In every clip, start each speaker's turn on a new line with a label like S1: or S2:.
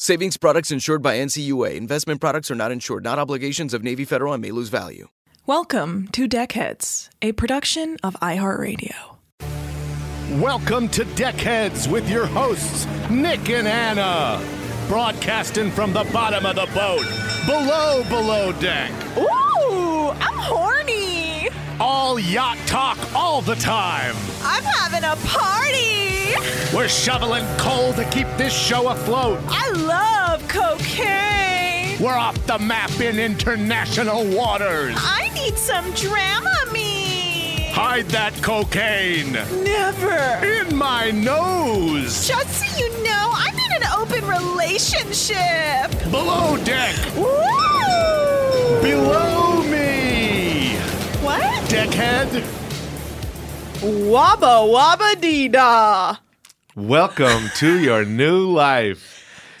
S1: Savings products insured by NCUA. Investment products are not insured, not obligations of Navy Federal and may lose value.
S2: Welcome to Deckheads, a production of iHeartRadio.
S3: Welcome to Deckheads with your hosts, Nick and Anna. Broadcasting from the bottom of the boat, below, below deck.
S4: Ooh, I'm horny.
S3: All yacht talk all the time.
S4: I'm having a party.
S3: We're shoveling coal to keep this show afloat.
S4: I love cocaine.
S3: We're off the map in international waters.
S4: I need some Dramamine.
S3: Hide that cocaine.
S4: Never.
S3: In my nose.
S4: Just so you know, I'm in an open relationship.
S3: Below deck.
S4: Woo!
S3: Below me.
S4: What?
S3: Deckhead.
S4: Wabba wabba dee da.
S5: Welcome to your new life.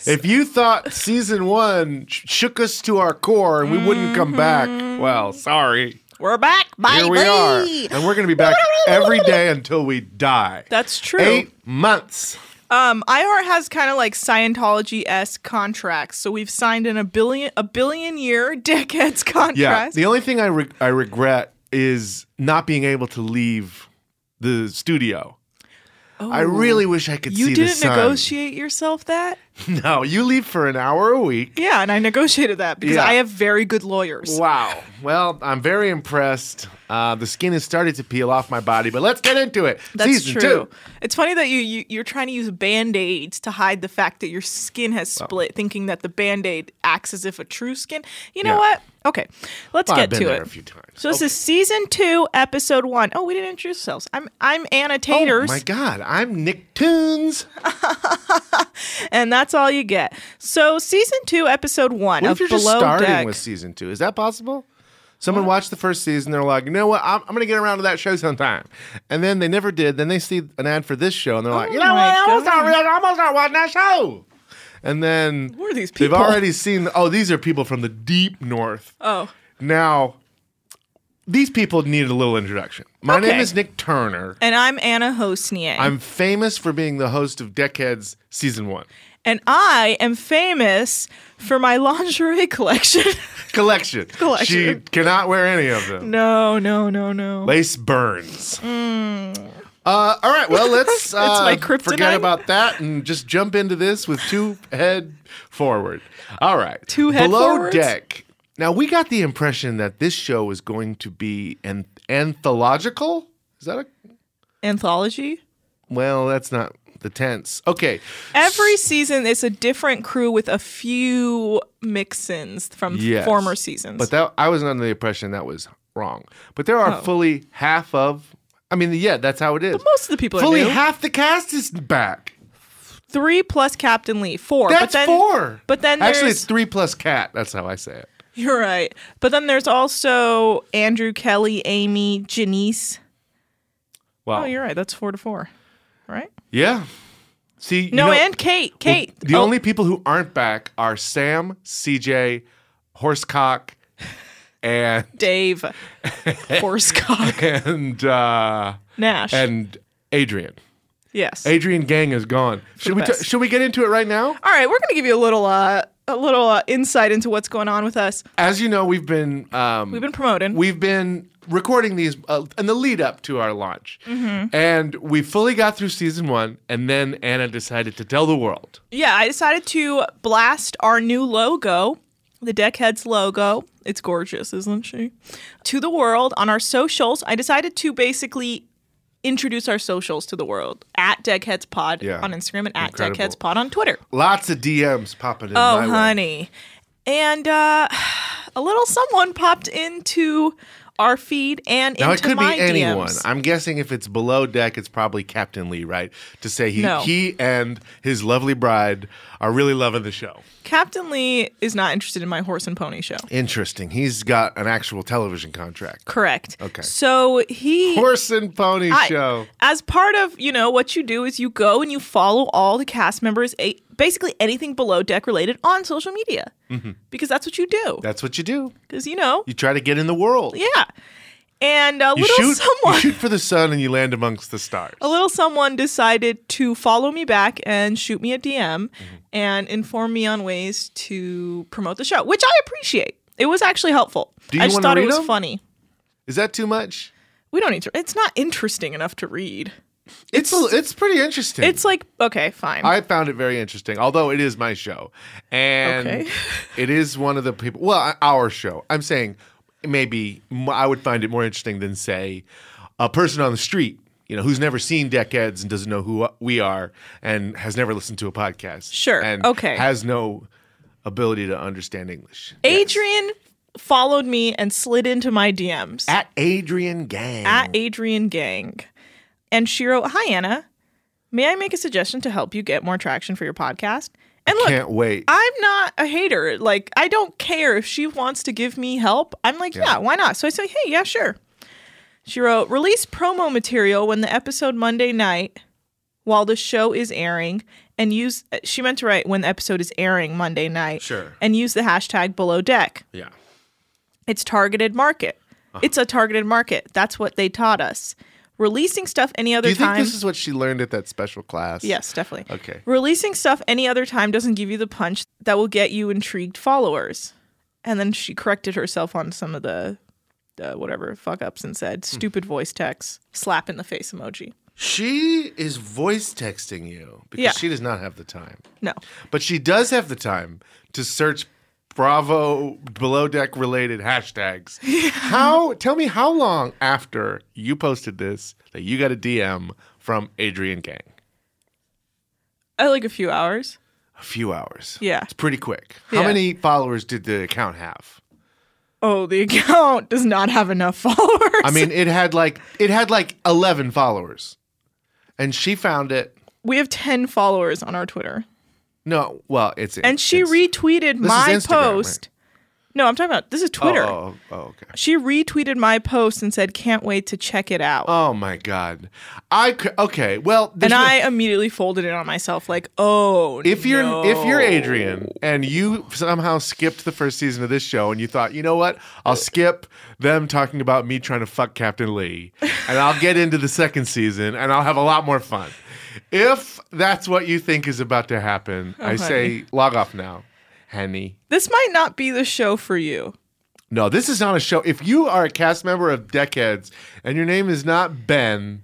S5: If you thought season one sh- shook us to our core and we wouldn't come back, well, sorry.
S4: We're back, baby.
S5: Here we are. And we're going to be back every day until we die.
S2: That's true.
S5: Eight months.
S2: Um, iHeart has kind of like Scientology esque contracts, so we've signed in a billion a billion year dickheads contract.
S5: Yeah. The only thing I, re- I regret is not being able to leave the studio. I really wish I could
S2: Oh. you
S5: see the
S2: didn't
S5: sun.
S2: negotiate yourself that?
S5: No, you leave for an hour a week.
S2: Yeah, and I negotiated that because
S5: Yeah.
S2: I have very good lawyers.
S5: Wow. Well, I'm very impressed. Uh, the skin has started to peel off my body, but let's get into it.
S2: That's
S5: Season
S2: true.
S5: two.
S2: It's funny that you, you you're trying to use band aids to hide the fact that your skin has split, thinking that the band aid acts as if a true skin. You know
S5: Yeah.
S2: what? Okay, let's
S5: Well,
S2: get
S5: I've been
S2: to it.
S5: there a few times.
S2: So this is season two, episode one. Oh, we didn't introduce ourselves. I'm I'm Anna Taters,
S5: Oh my God, I'm Nick Tunes.
S2: and that's all you get. So season two, episode one
S5: What
S2: of
S5: if you're
S2: Below
S5: just starting
S2: Deck.
S5: with season two? Is that possible? Someone watched the first season. They're like, you know what? I'm, I'm going to get around to that show sometime. And then they never did. Then they see an ad for this show, and they're like, you know
S2: Oh my
S5: what? I'm almost not,
S2: God.
S5: I'm almost not watching that show. And then
S2: Who are these
S5: they've
S2: people?
S5: already seen. Oh, these are people from the deep north.
S2: oh,
S5: Now, these people need a little introduction. My name
S2: Okay.
S5: is Nick Turner.
S2: and I'm Anna Hosnier.
S5: I'm famous for being the host of Deckheads Season 1
S2: and I am famous for my lingerie collection.
S5: collection. She
S2: Collection.
S5: cannot wear any of them.
S2: no, no, no, no.
S5: Lace burns.
S2: Mm,
S5: Uh, all right, well, let's uh,
S2: my
S5: forget
S2: kryptonite.
S5: about that and just jump into this with two head forward. All right.
S2: Two head
S5: Below
S2: forwards?
S5: deck. Now, we got the impression that this show was going to be an anthological. Is that a.
S2: Anthology.
S5: Well, that's not the tense. Okay.
S2: Every season it's a different crew with a few mix-ins from
S5: Yes.
S2: former seasons.
S5: But that I was under the impression that was wrong. But there
S2: Oh.
S5: are fully half of. I mean, yeah, that's how it is. But
S2: most of the people are
S5: fully
S2: new.
S5: half the cast is back.
S2: three plus Captain Lee, four.
S5: That's
S2: but then,
S5: four.
S2: But then
S5: actually,
S2: there's-
S5: it's three plus cat. That's how I say it.
S2: You're right. But then there's also Andrew, Kelly, Amy, Janice.
S5: Wow.
S2: Oh, you're right. That's four to four, right?
S5: Yeah. See, you
S2: No,
S5: know-
S2: and Kate.
S5: well,
S2: Kate.
S5: the
S2: Oh,
S5: only people who aren't back are Sam, CJ, Horsecock, and
S2: Dave Horsecock
S5: and uh,
S2: Nash.
S5: and Adrian.
S2: yes.
S5: Adrian Gang is gone. should we
S2: best.
S5: t- should we get into it right now?
S2: All right, we're going to give you a little uh, a little uh, insight into what's going on with us.
S5: As you know, we've been um,
S2: We've been promoting.
S5: we've been recording these uh, in the lead up to our launch,
S2: Mhm.
S5: and we fully got through season one, and then Anna decided to tell the world.
S2: Yeah, I decided to blast our new logo, the Deckheads logo. It's gorgeous, isn't she? To the world on our socials. I decided to basically introduce our socials to the world at Deckheads Pod
S5: Yeah.
S2: on Instagram and at
S5: Incredible.
S2: Deckheads Pod on Twitter.
S5: Lots of DMs popping in.
S2: Oh,
S5: my way.
S2: honey. And uh, a little someone popped into our feed and
S5: Now it
S2: into
S5: could be
S2: my
S5: anyone.
S2: DMs.
S5: I'm guessing if it's below deck, it's probably Captain Lee, right? To say he
S2: No.
S5: he and his lovely bride are really loving the show.
S2: Captain Lee is not interested in my horse and pony show.
S5: Interesting. He's got an actual television contract.
S2: Correct.
S5: Okay.
S2: So he
S5: Horse and Pony
S2: I-
S5: Show.
S2: As part of you know what you do is you go and you follow all the cast members, a, basically anything below deck related on social media
S5: Mhm.
S2: because that's what you do.
S5: That's what you do.
S2: Because you know,
S5: You try to get in the world.
S2: yeah. And a
S5: You
S2: little
S5: shoot,
S2: someone,
S5: you shoot for the sun and you land amongst the stars.
S2: a little someone decided to follow me back and shoot me a DM
S5: Mm-hmm.
S2: and inform me on ways to promote the show, which I appreciate. It was actually helpful.
S5: Do you
S2: I just
S5: wanna
S2: thought it
S5: read
S2: was
S5: 'em?
S2: funny.
S5: Is that too much?
S2: We don't need to. It's not interesting enough to read.
S5: It's a, it's pretty interesting.
S2: It's like okay, fine.
S5: I found it very interesting, although it is my show, and
S2: Okay.
S5: it is one of the people. Well, uh, our show. I'm saying maybe m- I would find it more interesting than say a person on the street, you know, who's never seen Deckheads and doesn't know who uh, we are and has never listened to a podcast.
S2: Sure,
S5: and
S2: okay.
S5: has no ability to understand English.
S2: Adrian followed me and slid into my DMs
S5: at Adrian Gang.
S2: At Adrian Gang, and she wrote, "Hi Anna, may I make a suggestion to help you get more traction for your podcast?" And look,
S5: Can't wait.
S2: I'm not a hater. Like, I don't care if she wants to give me help. I'm like, yeah,
S5: Yeah.
S2: why not? So I say, hey, yeah, sure. She wrote, release promo material when the episode Monday night while the show is airing and use, she meant to write when the episode is airing Monday night.
S5: Sure.
S2: And use the hashtag below deck.
S5: Yeah.
S2: It's targeted market.
S5: Uh-huh.
S2: It's a targeted market. That's what they taught us. Releasing stuff any other
S5: Do you think
S2: time.
S5: this is what she learned at that special class?
S2: Yes, definitely.
S5: Okay.
S2: Releasing stuff any other time doesn't give you the punch that will get you intrigued followers. And then she corrected herself on some of the, the whatever fuck ups and said
S5: Hmm.
S2: stupid voice text, slap in the face emoji.
S5: She is voice texting you because
S2: Yeah.
S5: she does not have the time.
S2: No.
S5: But she does have the time to search Bravo below deck related hashtags. How tell me how long after you posted this that you got a DM from Adrian Gang?
S2: I like a few hours.
S5: A few hours.
S2: Yeah.
S5: It's pretty quick. How
S2: Yeah.
S5: many followers did the account have?
S2: Oh, the account does not have enough followers.
S5: I mean, it had like it had like 11 followers. And she found it
S2: we have 10 followers on our Twitter.
S5: no, well, it's
S2: And she
S5: it's-
S2: retweeted
S5: This is
S2: my
S5: Instagram, right?
S2: post. No, I'm talking about this is
S5: Oh,
S2: Twitter.
S5: Oh, oh, okay.
S2: She retweeted my post and said, "Can't wait to check it out."
S5: Oh my god. I cou- okay. Well,
S2: and
S5: there's no-
S2: I immediately folded it on myself, like, oh,
S5: if you're
S2: no.
S5: if you're Adrian and you somehow skipped the first season of this show and you thought, you know what, I'll skip them talking about me trying to fuck Captain Lee and I'll get into the second season and I'll have a lot more fun. If that's what you think is about to happen,
S2: Oh,
S5: I say
S2: honey.
S5: log off now, Henny.
S2: this might not be the show for you.
S5: No, this is not a show. If you are a cast member of Deckheads and your name is not Ben,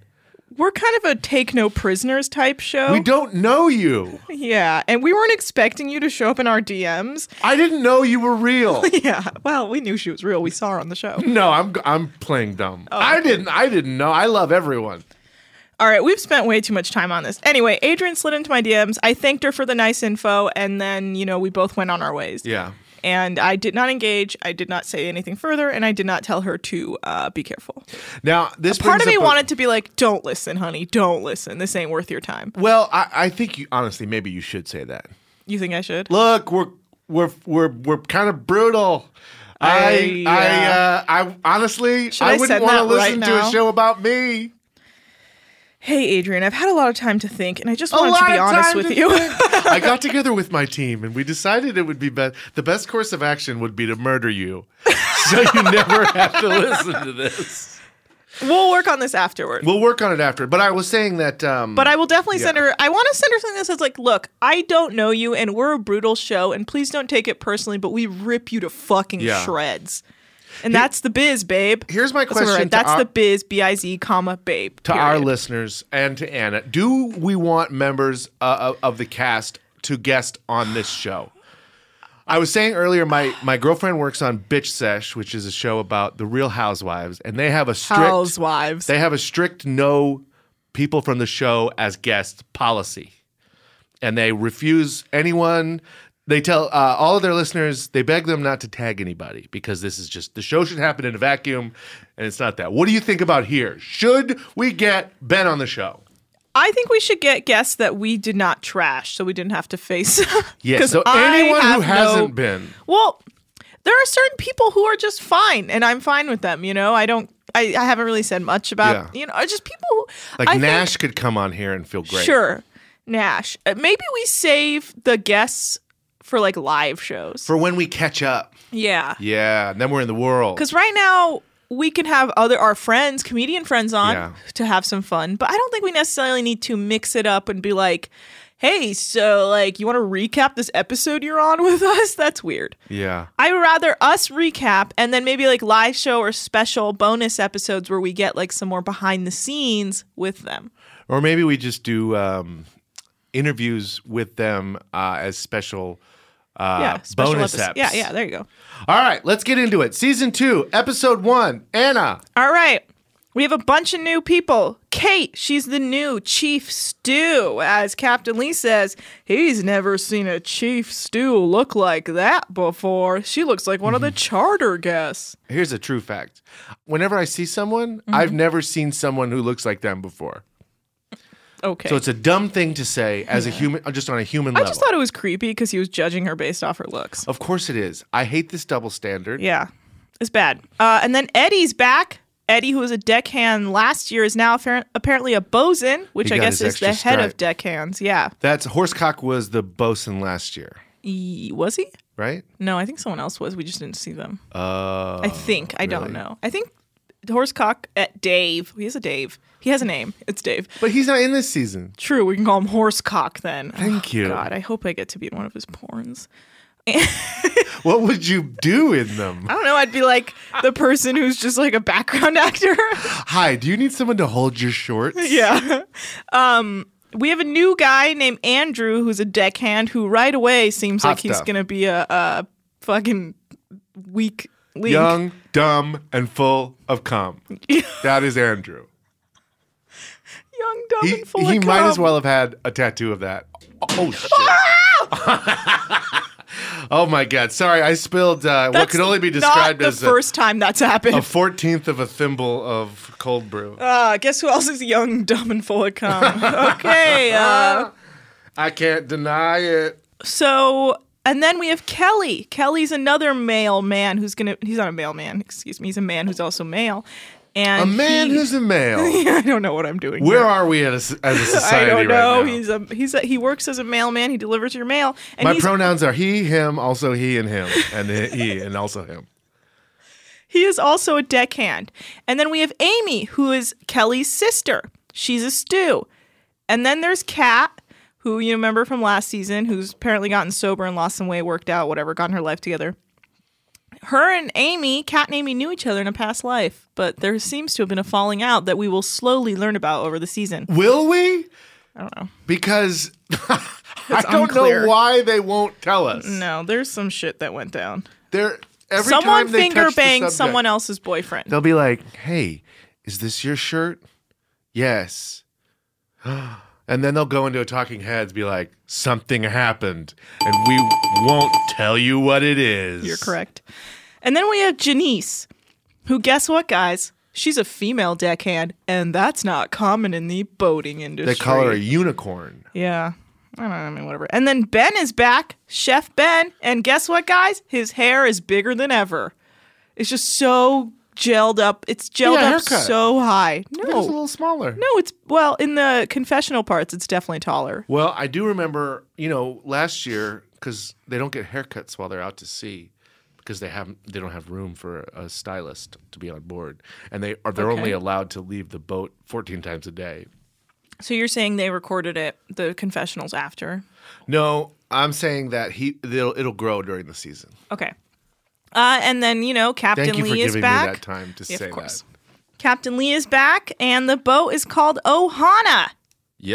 S2: We're kind of a take no prisoners type show.
S5: we don't know you.
S2: yeah, and we weren't expecting you to show up in our DMs.
S5: I didn't know you were real.
S2: yeah, well, we knew she was real. We saw her on the show.
S5: No, I'm I'm playing dumb.
S2: Oh,
S5: I didn't I didn't know. I love everyone.
S2: All right, we've spent way too much time on this. Anyway, Adrian slid into my DMs. I thanked her for the nice info, and then you know we both went on our ways.
S5: Yeah.
S2: And I did not engage. I did not say anything further, and I did not tell her to uh, be careful.
S5: Now this
S2: Part of me
S5: brings up a-
S2: wanted to be like, "Don't listen, honey. Don't listen. This ain't worth your time."
S5: Well, I, I think you honestly maybe you should say that.
S2: You think I should?
S5: Look, we're we're we're we're kind of brutal. I
S2: I,
S5: I, uh, I honestly
S2: Should
S5: I
S2: I
S5: wouldn't
S2: send
S5: want to
S2: that right
S5: listen to a
S2: now?
S5: show about me.
S2: Hey, Adrian, I've had a lot of time to think, and I just
S5: A
S2: wanted to
S5: lot
S2: be
S5: of
S2: honest
S5: time
S2: with
S5: to
S2: you.
S5: think. I got together with my team and we decided it would be best. The best course of action would be to murder you. so you never have to listen to this.
S2: We'll work on this afterward.
S5: We'll work on it after. But I was saying that. Um,
S2: But I will definitely
S5: yeah.
S2: send her. I want to send her something that says like, "Look, I don't know you, and we're a brutal show, and please don't take it personally, but we rip you to fucking
S5: Yeah.
S2: shreds." And that's the biz, babe.
S5: Here's my
S2: That's what I
S5: question
S2: read.
S5: to
S2: That's
S5: our-
S2: the biz, b i z, comma, babe.
S5: to our
S2: period.
S5: listeners and to Anna, do we want members uh, of- of the cast to guest on this show? I was saying earlier, my my girlfriend works on Bitch Sesh, which is a show about the Real Housewives, and they have a strict
S2: Housewives.
S5: They have a strict no people from the show as guests policy, and they refuse anyone. They tell uh, all of their listeners they beg them not to tag anybody because this is just the show should happen in a vacuum, and it's not that. What do you think about here? Should we get Ben on the show?
S2: I think we should get guests that we did not trash, so we didn't have to face.
S5: Yes.
S2: 'Cause
S5: So
S2: I
S5: anyone who
S2: have no-
S5: hasn't been,
S2: Well, there are certain people who are just fine, and I'm fine with them. You know, I don't. I, I haven't really said much about.
S5: Yeah.
S2: You know, it's just people. Who,
S5: like
S2: I think-
S5: Nash, could come on here and feel great.
S2: Sure, Nash. Uh, Maybe we save the guests for like live shows.
S5: for when we catch up.
S2: yeah,
S5: Yeah, and then we're in the world.
S2: because right now we can have other our friends, comedian friends on
S5: Yeah.
S2: to have some fun, but I don't think we necessarily need to mix it up and be like, "Hey, so like you want to recap this episode you're on with us?" That's weird.
S5: Yeah.
S2: I would rather us recap and then maybe like live show or special bonus episodes where we get like some more behind the scenes with them.
S5: Or maybe we just do um, interviews with them uh, as special, uh,
S2: yeah, special
S5: bonus
S2: episodes.
S5: eps.
S2: Yeah, yeah, there you go.
S5: All right, let's get into it. Season two, episode one. Anna.
S2: All right. We have a bunch of new people. Kate, she's the new Chief Stew. As Captain Lee says, he's never seen a Chief Stew look like that before. She looks like one of the charter guests.
S5: Mm-hmm.
S2: Mm-hmm.
S5: Here's a true fact. Whenever I see someone, I've never seen someone who looks like them before.
S2: Okay.
S5: So it's a dumb thing to say as a human, just on a human
S2: I
S5: level.
S2: just thought it was creepy because he was judging her based off her looks.
S5: of course it is. I hate this double standard.
S2: Yeah, it's bad. Uh, and then Eddie's back. Eddie, who was a deckhand last year, is now appar- apparently a bosun, which
S5: He
S2: I
S5: got
S2: guess
S5: his
S2: is the
S5: extra
S2: head of deckhands. Yeah.
S5: That's Horsecock was the bosun last year,
S2: E- was he?
S5: right?
S2: No, I think someone else was. We just didn't see them.
S5: Uh,
S2: I think. I don't know. I think Horsecock at Dave. He has a Dave. He has a name. It's Dave.
S5: but he's not in this season.
S2: True. We can call him Horsecock then.
S5: Thank
S2: Oh,
S5: you.
S2: God, I hope I get to be in one of his porns.
S5: What would you do in them?
S2: I don't know. I'd be like the person who's just like a background actor.
S5: Hi, do you need someone to hold your shorts?
S2: yeah. Um, we have a new guy named Andrew who's a deckhand who right away seems
S5: Hot
S2: like he's
S5: stuff.
S2: going to be a, a fucking weak link.
S5: Young, dumb, and full of cum. that is Andrew.
S2: Young, dumb,
S5: He,
S2: and full
S5: he
S2: of
S5: might as
S2: cum.
S5: well have had a tattoo of that. Oh, shit. oh, my God. Sorry, I spilled uh, what
S2: That's
S5: could only be
S2: not
S5: described
S2: the
S5: as a,
S2: first time that's happened.
S5: a 14th of a thimble of cold brew.
S2: Uh, guess who else is young, dumb, and full of cum? okay. Uh,
S5: I can't deny it.
S2: so, and then we have Kelly. Kelly's another male man who's gonna. He's not a mailman. Excuse me. He's a man who's also male. And
S5: A man
S2: he-
S5: who's a male.
S2: I don't know what I'm doing.
S5: Where
S2: here.
S5: are we as a, as a
S2: I
S5: society
S2: don't know.
S5: right now?
S2: He's a he's a, he works as a mailman. He delivers your mail. And
S5: My
S2: he's,
S5: pronouns are he, him, also he, and him, and he, and also him.
S2: He is also a deckhand. And then we have Amy, who is Kelly's sister. She's a stew. And then there's Kat, who you remember from last season, who's apparently gotten sober and lost some weight, worked out, whatever, gotten her life together. Her and Amy, Kat and Amy knew each other in a past life, but there seems to have been a falling out that we will slowly learn about over the season.
S5: Will we?
S2: I don't know.
S5: Because I don't
S2: unclear.
S5: know why they won't tell us.
S2: No, there's some shit that went down.
S5: They're, every
S2: someone
S5: time they
S2: finger
S5: touch the
S2: banged
S5: subject,
S2: someone else's boyfriend.
S5: They'll be like, "Hey, is this your shirt?" Yes. And then they'll go into a talking heads, be like, "Something happened," and we won't tell you what it is.
S2: You're correct. And then we have Janice, who, guess what, guys? She's a female deckhand, and that's not common in the boating industry.
S5: They call her a unicorn.
S2: Yeah. I don't know. I mean, whatever. And then Ben is back, Chef Ben. And guess what, guys? His hair is bigger than ever. It's just so gelled up. It's gelled
S5: Yeah,
S2: up
S5: haircut.
S2: so high. No.
S5: It was a little smaller.
S2: No, it's, well, in the confessional parts, it's definitely taller.
S5: Well, I do remember, you know, last year because they don't get haircuts while they're out to sea because they have they don't have room for a stylist to be on board, and they are they're only
S2: Okay.
S5: allowed to leave the boat 14 times a day.
S2: So you're saying they recorded it, the confessionals after?
S5: No, I'm saying that he it'll, it'll grow during the season.
S2: Okay. Uh, and then you know Captain
S5: Thank you
S2: Lee
S5: for
S2: is
S5: giving
S2: back.
S5: me that time to
S2: Yeah, of
S5: say
S2: course.
S5: that.
S2: Captain Lee is back, and the boat is called Ohana.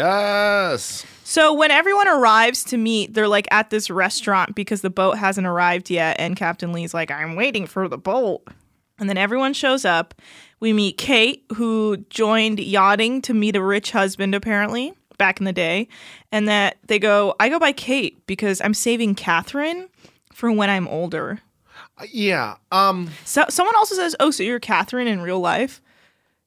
S5: Yes.
S2: So when everyone arrives to meet, they're like at this restaurant because the boat hasn't arrived yet, and Captain Lee's like, "I'm waiting for the boat." And then everyone shows up. We meet Kate, who joined yachting to meet a rich husband, apparently back in the day, and that they go, "I go by Kate because I'm saving Catherine for when I'm older."
S5: Uh, Yeah. Um.
S2: So someone also says, "Oh, so you're Catherine in real life?"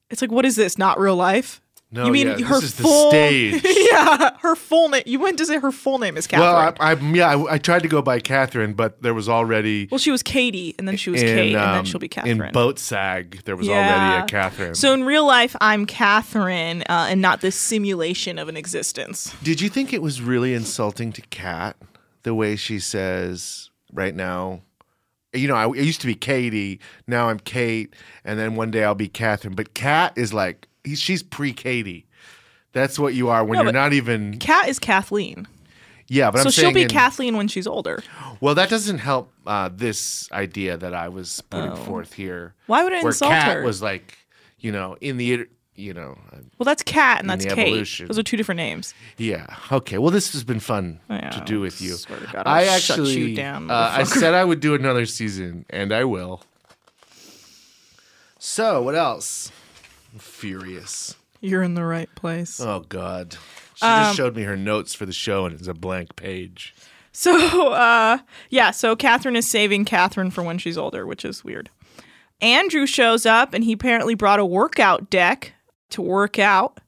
S2: It's like, what is this? Not real life?
S5: No,
S2: you mean
S5: yeah,
S2: her
S5: this is the
S2: full?
S5: stage.
S2: yeah, her full name. You went to say her full name is Catherine.
S5: Well, I, I, yeah, I, I tried to go by Catherine, but there was already
S2: Well, she was Katie, and then she was
S5: in,
S2: Kate, and
S5: um,
S2: then she'll be Catherine.
S5: In boat sag, there was
S2: Yeah.
S5: already a Catherine.
S2: So in real life, I'm Catherine, uh, and not this simulation of an existence.
S5: Did you think it was really insulting to Kat the way she says right now? You know, I, it used to be Katie. Now I'm Kate, and then one day I'll be Catherine. But Kat is like he, she's pre-Katie. That's what you are when
S2: No,
S5: you're
S2: but
S5: not even.
S2: Kat is Kathleen,
S5: Yeah, but
S2: so
S5: I'm
S2: she'll
S5: saying
S2: be
S5: in-
S2: Kathleen when she's older.
S5: Well, that doesn't help uh, this idea that I was putting forth here.
S2: Oh. Why would it
S5: where
S2: insult
S5: Kat
S2: her?
S5: Was like, you know, in the inter- you know, uh,
S2: Well, that's Kat,
S5: In
S2: and that's
S5: the
S2: Kate.
S5: evolution.
S2: Those are two different names.
S5: Yeah. Okay. Well, this has been fun to do with you.
S2: God,
S5: I
S2: I'll shut you
S5: actually,
S2: down,
S5: uh, I
S2: motherfucker.
S5: said I would do another season, and I will. So, what else? I'm furious.
S2: You're in the right place.
S5: Oh God. She
S2: Um,
S5: just showed me her notes for the show, and it's a blank page.
S2: So, uh, yeah, so Catherine is saving Catherine for when she's older, which is weird. Andrew shows up and he apparently brought a workout deck to work out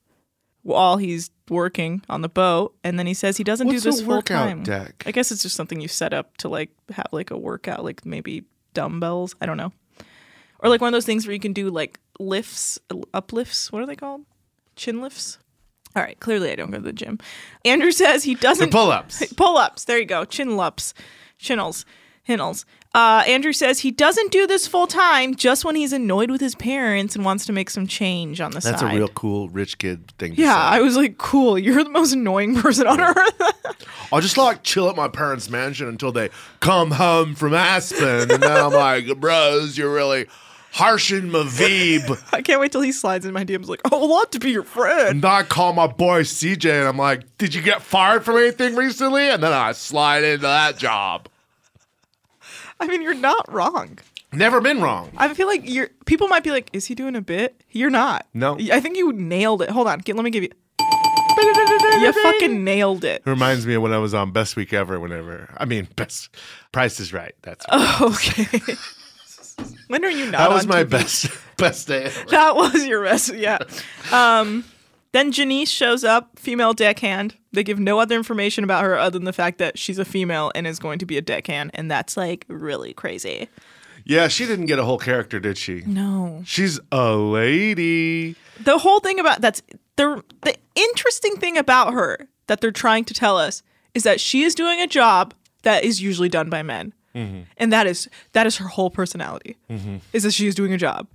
S2: while he's working on the boat. And then he says he doesn't
S5: What's a
S2: do this full
S5: workout
S2: time.
S5: deck?
S2: I guess it's just something you set up to like have like a workout, like maybe dumbbells. I don't know. Or like one of those things where you can do like lifts, uplifts. What are they called? Chin lifts? All right, clearly I don't go to the gym. Andrew says he doesn't
S5: pull-ups.
S2: Pull ups. There you go. Chin ups. Chinnels. Hinnels. Uh, Andrew says he doesn't do this full time just when he's annoyed with his parents and wants to make some change on the
S5: That's
S2: side.
S5: a real cool rich kid thing. To
S2: yeah,
S5: say.
S2: I was like, cool. You're the most annoying person on earth.
S5: I just like chill at my parents' mansion until they come home from Aspen, and then I'm like, bros, you're really harshing my vibe.
S2: I can't wait till he slides in my DMs like, oh, I'd love to be your friend.
S5: And then I call my boy CJ and I'm like, Did you get fired from anything recently? And then I slide into that job.
S2: I mean, you're not wrong.
S5: Never been wrong.
S2: I feel like you're. People might be like, "Is he doing a bit?" You're not.
S5: No.
S2: I think you nailed it. Hold on. Get, let me give you. You fucking nailed it.
S5: Reminds me of when I was on Best Week Ever, whenever. I mean, Best Price is Right. That's right.
S2: Okay. when are you not?
S5: that was
S2: on
S5: my
S2: TV?
S5: best best day ever.
S2: That was your best. Yeah. Um, then Janice shows up, female deckhand. They give no other information about her other than the fact that she's a female and is going to be a deckhand, and that's like really crazy.
S5: Yeah, she didn't get a whole character, did she?
S2: No.
S5: She's a lady.
S2: the whole thing about that's the the interesting thing about her that they're trying to tell us is that she is doing a job that is usually done by men, and that is that is her whole personality. Is that she is doing a job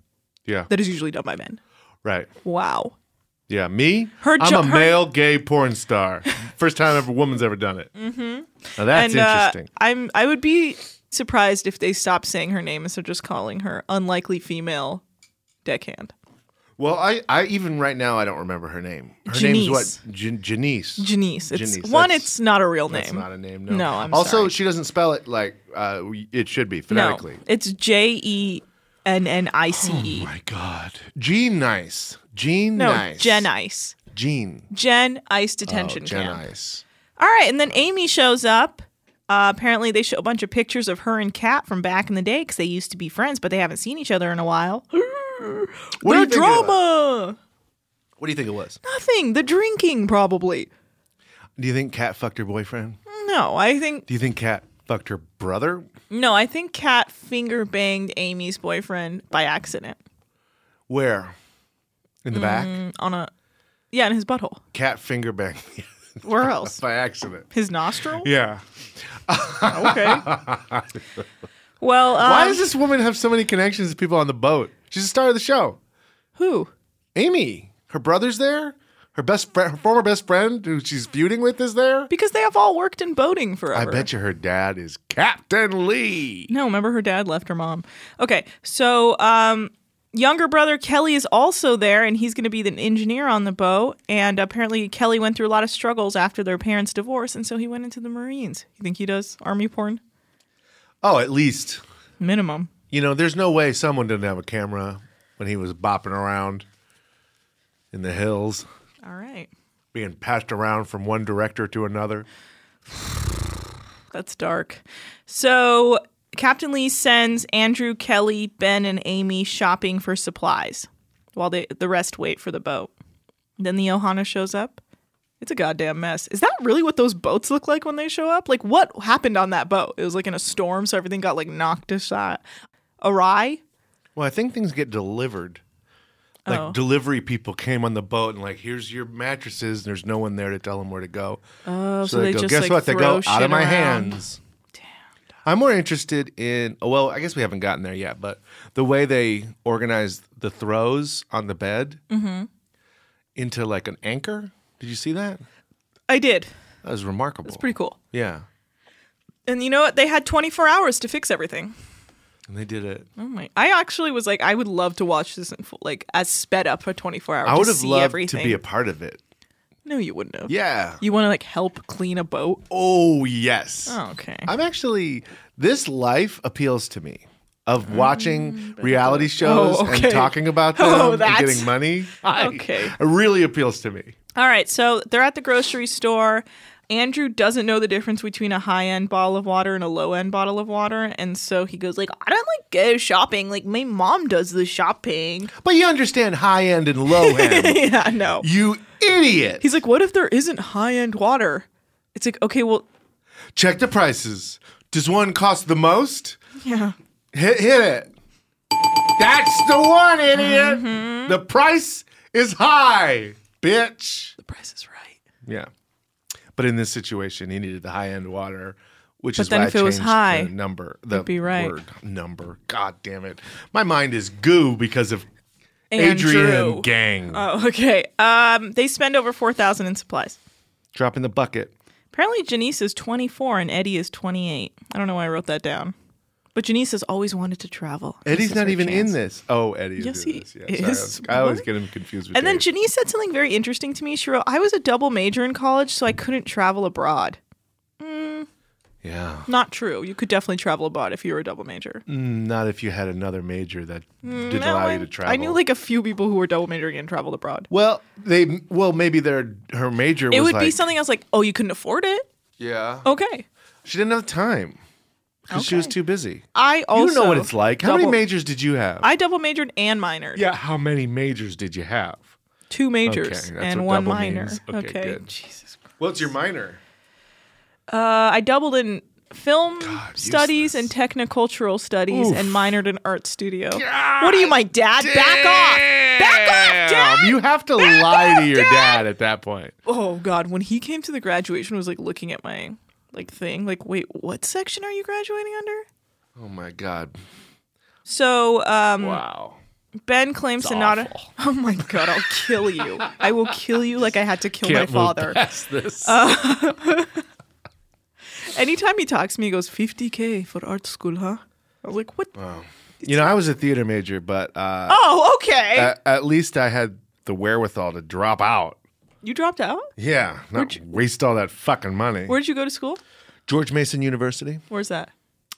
S5: Yeah.
S2: that is usually done by men?
S5: Right.
S2: Wow.
S5: Yeah, me.
S2: Her
S5: I'm
S2: jo-
S5: a
S2: her-
S5: male gay porn star. First time ever woman's ever done it. Mm-hmm. Now that's
S2: and uh,
S5: interesting.
S2: I'm I would be surprised if they stopped saying her name instead of just calling her unlikely female deckhand.
S5: Well, I, I even right now I don't remember her name. Her name's
S2: Janice.
S5: what? Jan- Janice.
S2: Janice. It's
S5: Janice,
S2: one.
S5: that's-
S2: It's not a real name.
S5: That's not a name. No.
S2: No, I'm
S5: also
S2: sorry.
S5: she doesn't spell it like uh, we- it should be
S2: no.
S5: phonetically. Oh
S2: It's J E N N I C E.
S5: My God, Jean Nice. Jean
S2: No,
S5: Nice.
S2: Jen Ice.
S5: Jean.
S2: Jen Ice detention
S5: oh, Jen
S2: camp.
S5: Nice.
S2: All right, and then Amy shows up. Uh, apparently, they show a bunch of pictures of her and Kat from back in the day because they used to be friends, but they haven't seen each other in a while.
S5: What
S2: the
S5: do you think it was?
S2: drama,
S5: What do you think it was?
S2: nothing. The drinking, probably.
S5: Do you think Kat fucked her boyfriend?
S2: No, I think
S5: Do you think Kat fucked her brother?
S2: no, I think Kat finger banged Amy's boyfriend by accident
S5: Where? In the
S2: Mm.
S5: back?
S2: on a yeah in his butthole.
S5: Cat finger bang
S2: Where else?
S5: by accident.
S2: His nostril.
S5: Yeah.
S2: Okay. Well, um,
S5: Why does this woman have so many connections to people on the boat? She's the star of the show.
S2: Who?
S5: Amy. Her brother's there. Her best friend, her former best friend, who she's feuding with, is there.
S2: Because they have all worked in boating forever.
S5: I bet you her dad is Captain Lee.
S2: No, remember her dad left her mom. Okay, so um, younger brother Kelly is also there, and he's going to be the engineer on the boat. And apparently, Kelly went through a lot of struggles after their parents' divorce, and so he went into the Marines. You think he does army porn?
S5: Oh, at least
S2: minimum.
S5: You know, there's no way someone didn't have a camera when he was bopping around in the hills,
S2: All right,
S5: being passed around from one director to another.
S2: that's dark. So Captain Lee sends Andrew, Kelly, Ben, and Amy shopping for supplies, while they, the rest wait for the boat. Then the Ohana shows up. It's a goddamn mess. Is that really what those boats look like when they show up? Like, what happened on that boat? It was like in a storm, so everything got like knocked aside. awry.
S5: Well, I think things get delivered. Like
S2: Oh.
S5: delivery people came on the boat and like, here's your mattresses, and there's no one there to tell them where to go.
S2: Oh, so they just,
S5: guess
S2: like,
S5: what? They
S2: throw
S5: go out
S2: shit
S5: of my
S2: around."
S5: hands. Damn. I'm more interested in. oh, Well, I guess we haven't gotten there yet, but the way they organized the throws on the bed
S2: Mm-hmm.
S5: into like an anchor. Did you see that?
S2: I did.
S5: That was remarkable.
S2: It's pretty cool.
S5: Yeah,
S2: And you know what? They had 24 hours to fix everything.
S5: and they did it.
S2: Oh my! I actually was like, I would love to watch this in full, like as sped up for 24 hours.
S5: I
S2: to
S5: would have
S2: see
S5: loved
S2: everything.
S5: to be a part of it.
S2: No, you wouldn't have.
S5: Yeah.
S2: You want to like help clean a boat?
S5: Oh yes.
S2: Oh, okay.
S5: I'm actually this life appeals to me
S2: Mm,
S5: of watching reality shows
S2: Oh, okay.
S5: and talking about them
S2: Oh,
S5: and
S2: that's-
S5: getting money. I-
S2: Okay.
S5: It really appeals to me.
S2: All right. So they're at the grocery store. Andrew doesn't know the difference between a high-end bottle of water and a low-end bottle of water, and so he goes like, "I don't like go shopping. Like my mom does the shopping."
S5: But you understand high end and low end.
S2: yeah, I know.
S5: Oh, You idiot.
S2: He's like, "What if there isn't high-end water?" It's like, okay, well,
S5: Check the prices. Does one cost the most?
S2: yeah.
S5: Hit hit it. That's the one, idiot.
S6: Mm-hmm.
S2: Hmm?
S5: The price is high, bitch.
S2: The price is right.
S5: Yeah. But in this situation, he needed the high end water, which
S2: But
S5: is
S2: then
S5: why
S2: if
S5: I
S2: it was
S5: changed
S2: high,
S5: the number. The
S2: you'd be right.
S5: word number. God damn it. My mind is goo because of
S2: Andrew.
S5: Adrian gang.
S2: Oh, okay. Um, they spend over four thousand in supplies.
S5: Dropping the bucket.
S2: Apparently, Janice is 24 and Eddie is 28. I don't know why I wrote that down. But Janice has always wanted to travel.
S5: Eddie's
S2: is
S5: not
S2: her
S5: even
S2: chance.
S5: in this. Oh, Eddie is
S2: Yes,
S5: in
S2: he
S5: this. Yeah,
S2: is.
S5: Sorry, I, was- I always
S2: What?
S5: get him confused with
S2: And then
S5: Dave.
S2: Janice said something very interesting to me. She wrote, I was a double major in college, so I couldn't travel abroad. Mm,
S5: Yeah.
S2: not true. You could definitely travel abroad if you were a double major.
S5: Mm, Not if you had another major that
S2: Mm,
S5: didn't
S2: no,
S5: allow
S2: I-
S5: you to travel.
S2: I knew like a few people who were double majoring and traveled abroad.
S5: Well, they well maybe their her major
S2: It
S5: was
S2: would be
S5: like-
S2: something I was like, oh, you couldn't afford it?
S5: Yeah.
S2: Okay.
S5: She didn't have time because she was too busy.
S2: I also.
S5: you know what it's like. How many
S2: double-
S5: majors did you have?
S2: I double majored and minored.
S5: yeah, how many majors did you have?
S2: Two majors
S5: Okay, that's
S2: and
S5: what
S2: one
S5: double
S2: minor.
S5: means. Okay, good.
S2: Jesus
S5: What's your minor?
S2: Uh, I doubled in film studies and technocultural studies
S5: Oof.
S2: and minored in art studio. what are you, my dad? Back off! Back off, dad!
S5: you have to lie to your dad at that point.
S2: Oh god, when he came to the graduation, I was like looking at my like thing, like, wait, what section are you graduating under?
S5: Oh my god.
S2: So, um,
S5: Wow.
S2: Ben claims to not. Oh my god, I'll kill you! I will kill you like I had to kill
S5: Can't
S2: my
S5: move
S2: father.
S5: past this.
S2: Uh, anytime he talks to me, he goes, 50K for art school, huh? I was like, what?
S5: Wow. You know, I was a theater major, but uh,
S2: Oh, okay.
S5: at, at least I had the wherewithal to drop out.
S2: you dropped out?
S5: Yeah, not waste all that fucking money.
S2: Where'd you go to school?
S5: George Mason University.
S2: Where's that?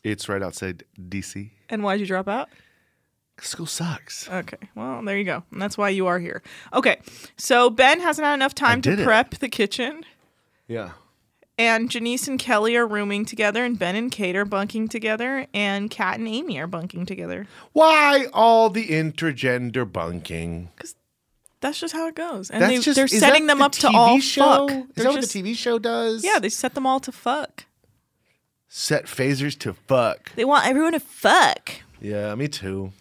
S5: It's right outside D.C.
S2: And why'd you drop out?
S5: School sucks.
S2: Okay. Well, there you go. And that's why you are here. Okay. So Ben hasn't had enough time
S5: did
S2: to
S5: it.
S2: prep the kitchen.
S5: Yeah.
S2: And Janice and Kelly are rooming together, and Ben and Kate are bunking together, and Kat and Amy are bunking together.
S5: Why all the intergender bunking?
S2: That's just how it goes. And
S5: That's
S2: they,
S5: just-
S2: they're
S5: is that
S2: setting them
S5: the
S2: up to
S5: TV
S2: all
S5: show?
S2: fuck.
S5: Is
S2: They're
S5: that what the
S2: just-
S5: TV show does?
S2: Yeah, they set them all to fuck.
S5: Set phasers to fuck.
S2: They want everyone to fuck.
S5: Yeah, me too.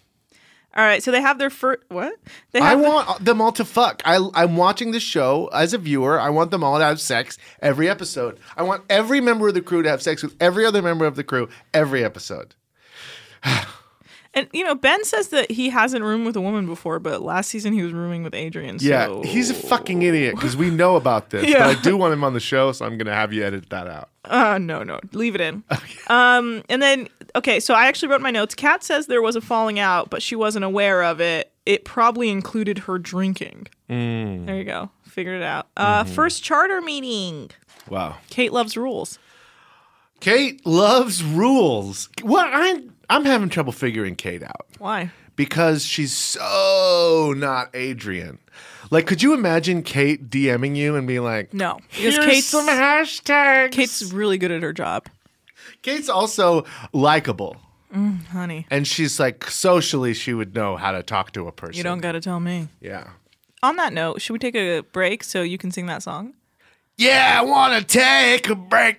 S2: All right, so they have their first what? They
S5: I
S2: have the-
S5: want them all to fuck. I, I'm watching this show as a viewer. I want them all to have sex every episode. I want every member of the crew to have sex with every other member of the crew every episode.
S2: And you know, Ben says that he hasn't roomed with a woman before, but last season he was rooming with Adrian. So.
S5: Yeah, he's a fucking idiot because we know about this.
S2: Yeah.
S5: But I do want him on the show, so I'm gonna have you edit that out.
S2: Uh, no, no, leave it in. um, and then okay, so I actually wrote my notes. Kat says there was a falling out, but she wasn't aware of it. It probably included her drinking.
S5: Mm.
S2: There you go, figured it out. Uh,
S5: Mhm.
S2: First charter meeting.
S5: Wow.
S2: Kate loves rules.
S5: Kate loves rules. Well, I'm I'm having trouble figuring Kate out
S2: Why?
S5: because she's so not Adrian. Like, could you imagine Kate DMing you and being like,
S2: No, because
S5: Here's
S2: Kate's
S5: some hashtags.
S2: Kate's really good at her job.
S5: Kate's also likable,
S2: Mm, honey,
S5: and she's like socially she would know how to talk to a person.
S2: you don't got to tell me.
S5: Yeah.
S2: On that note, should we take a break so you can sing that song?
S5: Yeah, I want to take a break.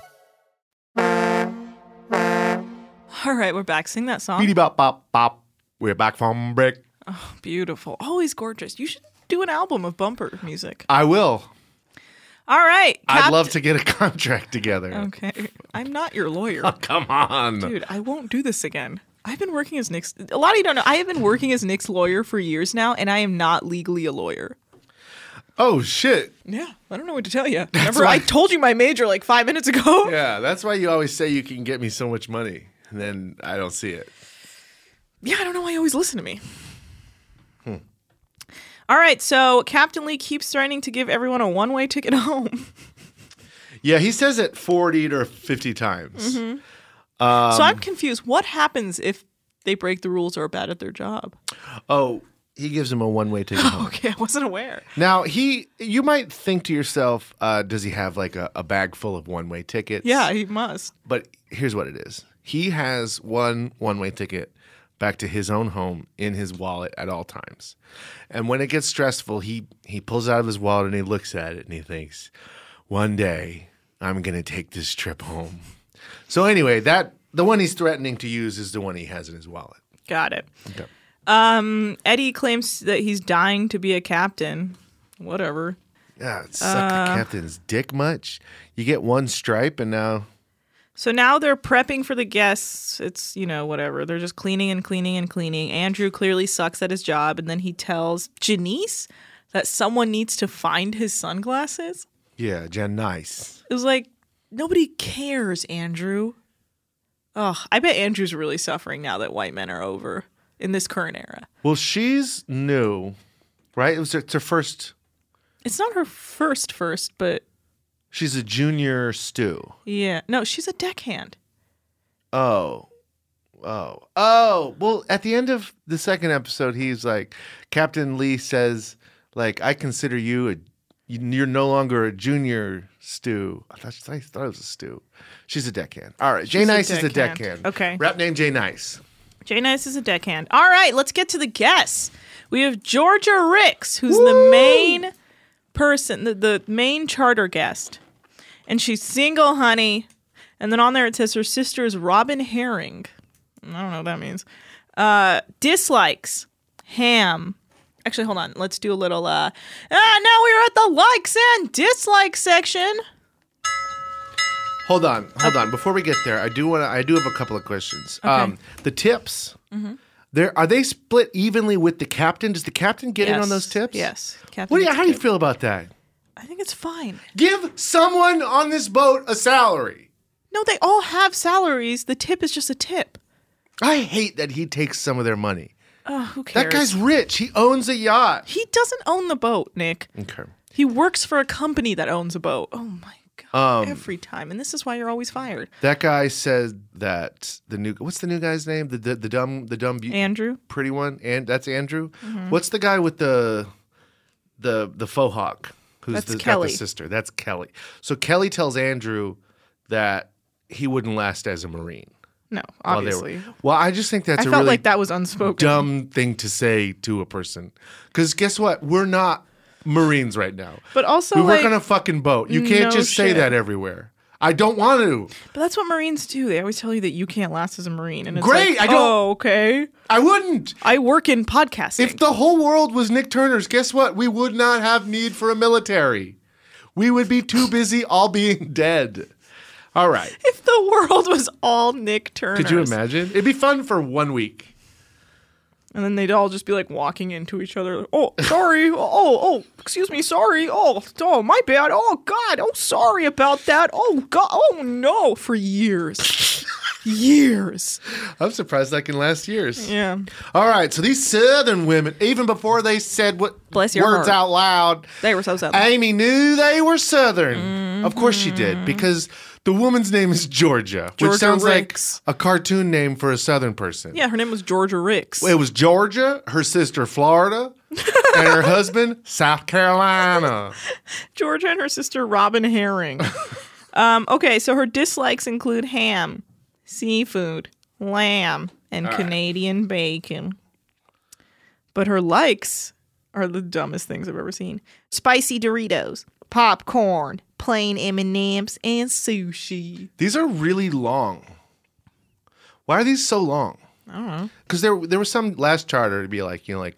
S2: All right, we're back. Sing that song.
S5: Beady bop bop bop. We're back from break.
S2: Beautiful. Always gorgeous. You should do an album of bumper music.
S5: I will.
S2: All right.
S5: I'd
S2: Cap-
S5: love to get a contract together.
S2: Okay. I'm not your lawyer.
S5: Oh, come on.
S2: Dude, I won't do this again. I've been working as Nick's. A lot of you don't know. I have been working as Nick's lawyer for years now, and I am not legally a lawyer.
S5: Oh shit.
S2: Yeah, I don't know what to tell you. Remember, I told you my major like five minutes ago.
S5: Yeah, that's why you always say you can get me so much money, and then I don't see it.
S2: Yeah, I don't know why you always listen to me.
S5: Hmm.
S2: All right, so Captain Lee keeps threatening to give everyone a one-way ticket home.
S5: Yeah, he says it forty to fifty times.
S2: Mhm.
S5: Um,
S2: so I'm confused. What happens if they break the rules or are bad at their job?
S5: oh, he gives him a one-way ticket. home.
S2: Okay, I wasn't aware.
S5: Now he, you might think to yourself, uh, does he have like a, a bag full of one-way tickets?
S2: Yeah, he must.
S5: But here's what it is. He has one one-way ticket back to his own home in his wallet at all times. And when it gets stressful, he he pulls out of his wallet and he looks at it and he thinks, "One day I'm going to take this trip home." So anyway, that the one he's threatening to use is the one he has in his wallet.
S2: Got it.
S5: Okay.
S2: Um, Eddie claims that he's dying to be a captain. Whatever.
S5: Yeah, it sucked
S2: Uh,
S5: the captain's dick much. You get one stripe and now
S2: So now they're prepping for the guests. It's, you know, whatever. They're just cleaning and cleaning and cleaning. Andrew clearly sucks at his job. And then he tells Janice that someone needs to find his sunglasses.
S5: Yeah, Jen, nice.
S2: It was like, nobody cares, Andrew. Oh, I bet Andrew's really suffering now that white men are over in this current era.
S5: Well, she's new, right? It was her, it's her first.
S2: It's not her first, first, but
S5: She's a junior stew.
S2: yeah. No, she's a deckhand.
S5: Oh. Oh. Oh. Well, at the end of the second episode, he's like, Captain Lee says, like, I consider you a you're no longer a junior stew. I thought, I thought it was a stew. She's a deckhand. All right. Jay
S2: She's a
S5: Nice is a
S2: deckhand.
S5: deckhand.
S2: Okay.
S5: Rap name Jay Nice.
S2: Jay Nice is a deckhand. All right, let's get to the guests. We have Georgia Ricks, who's the main person, the, the main charter guest. And she's single, honey. And then on there it says her sister is Robin Herring. I don't know what that means. Uh, dislikes, ham. Actually, hold on. Let's do a little. Uh, ah, now we're at the likes and dislikes section.
S5: Hold on. Hold on. Before we get there, I do want to, I do have a couple of questions. Um,
S2: Okay.
S5: the tips.
S2: Mm-hmm.
S5: There are they split evenly with the captain? Does the captain get in on
S2: Yes.
S5: those tips?
S2: Yes. Captain
S5: What do you,
S2: gets
S5: how do you feel about that?
S2: I think it's fine.
S5: Give someone on this boat a salary.
S2: No, they all have salaries. The tip is just a tip.
S5: I hate that he takes some of their money.
S2: Oh, who cares?
S5: That guy's rich. He owns a yacht.
S2: He doesn't own the boat, Nick.
S5: Okay.
S2: He works for a company that owns a boat. Oh my god!
S5: Um,
S2: Every time, and this is why you're always fired,
S5: That guy said that the new what's the new guy's name? The the, the dumb the dumb beau-
S2: Andrew.
S5: pretty one and that's Andrew.
S2: Mhm.
S5: What's the guy with the the the faux hawk? Who's
S2: That's
S5: the, got
S2: Kelly.
S5: the sister? That's Kelly. So Kelly tells Andrew that he wouldn't last as a marine.
S2: No,
S5: while they were-
S2: obviously.
S5: well, I just think that's
S2: I
S5: a
S2: felt
S5: really
S2: like that was unspoken.
S5: dumb thing to say to a person. Because guess what? We're not Marines right now.
S2: But also,
S5: we work
S2: like-
S5: on a fucking boat. You can't
S2: No
S5: just say
S2: shit.
S5: that everywhere. I don't want to.
S2: But that's what Marines do. They always tell you that you can't last as a Marine, and it's
S5: Great,
S2: like,
S5: I don't-
S2: Oh, okay.
S5: I wouldn't.
S2: I work in podcasting.
S5: If the whole world was Nick Turner's, guess what? We would not have need for a military. We would be too busy all being dead. All right.
S2: if the world was all Nick Turner,
S5: Could you imagine? It'd be fun for one week.
S2: And then they'd all just be like walking into each other. Like, oh, sorry. oh, oh, excuse me. Sorry. Oh, oh, my bad. Oh, God. Oh, sorry about that. Oh, God. Oh, no. For years. years.
S5: I'm surprised that can last years.
S2: Yeah.
S5: All right. So these Southern women, even before they said what
S2: Bless your heart.
S5: words out loud,
S2: They were so sad.
S5: Amy knew they were Southern.
S2: Mm-hmm.
S5: Of course she did, because the woman's name is Georgia,
S2: Georgia
S5: which sounds
S2: Ricks.
S5: like a cartoon name for a Southern person.
S2: yeah, her name was Georgia Ricks.
S5: It was Georgia, her sister Florida, and her husband South Carolina.
S2: Georgia and her sister Robin Herring. um, okay, so her dislikes include ham, seafood, lamb, and
S7: All right.
S2: Canadian bacon. But her likes are the dumbest things I've ever seen: spicy Doritos, popcorn, plain M and M's, and sushi.
S5: These are really long. Why are these so long?
S2: I don't know.
S5: Because there there was some last charter to be like you know like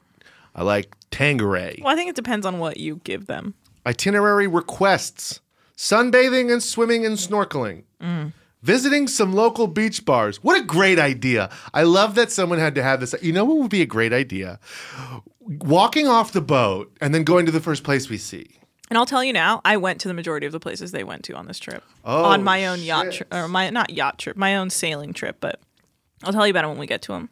S5: I like Tangeray.
S2: Well, I think it depends on what you give them.
S5: Itinerary requests sunbathing and swimming and snorkeling. Visiting some local beach bars. What a great idea. I love that someone had to have this. You know what would be a great idea? Walking off the boat and then going to the first place we see.
S2: And I'll tell you now, I went to the majority of the places they went to on this trip.
S5: Oh,
S2: on my own yacht trip, or my not yacht trip, my own sailing trip. But I'll tell you about it when we get to them.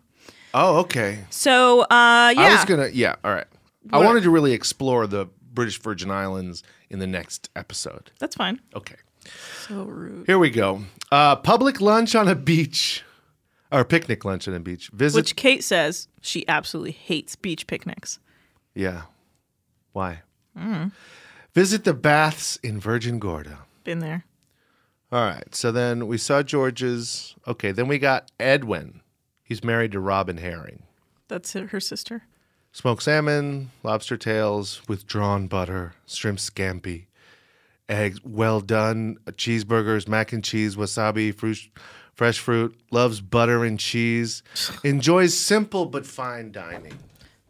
S5: Oh, okay.
S2: So, uh, yeah,
S5: I was gonna. Yeah, all right.
S2: What-
S5: I wanted to really explore the British Virgin Islands in the next episode.
S2: that's fine.
S5: Okay.
S2: So rude.
S5: Here we go. Uh, public lunch on a beach, or picnic lunch on a beach. Visit.
S2: Which Kate says she absolutely hates beach picnics.
S5: yeah. Why?
S2: Mm,
S5: Visit the baths in Virgin Gorda.
S2: been there.
S5: All right. So then we saw George's. Okay. Then we got Edwin. He's married to Robin Herring.
S2: That's her, her sister.
S5: smoked salmon, lobster tails, withdrawn butter, shrimp scampi, eggs, well done, cheeseburgers, mac and cheese, wasabi, fruit, fresh fruit, loves butter and cheese, enjoys simple but fine dining.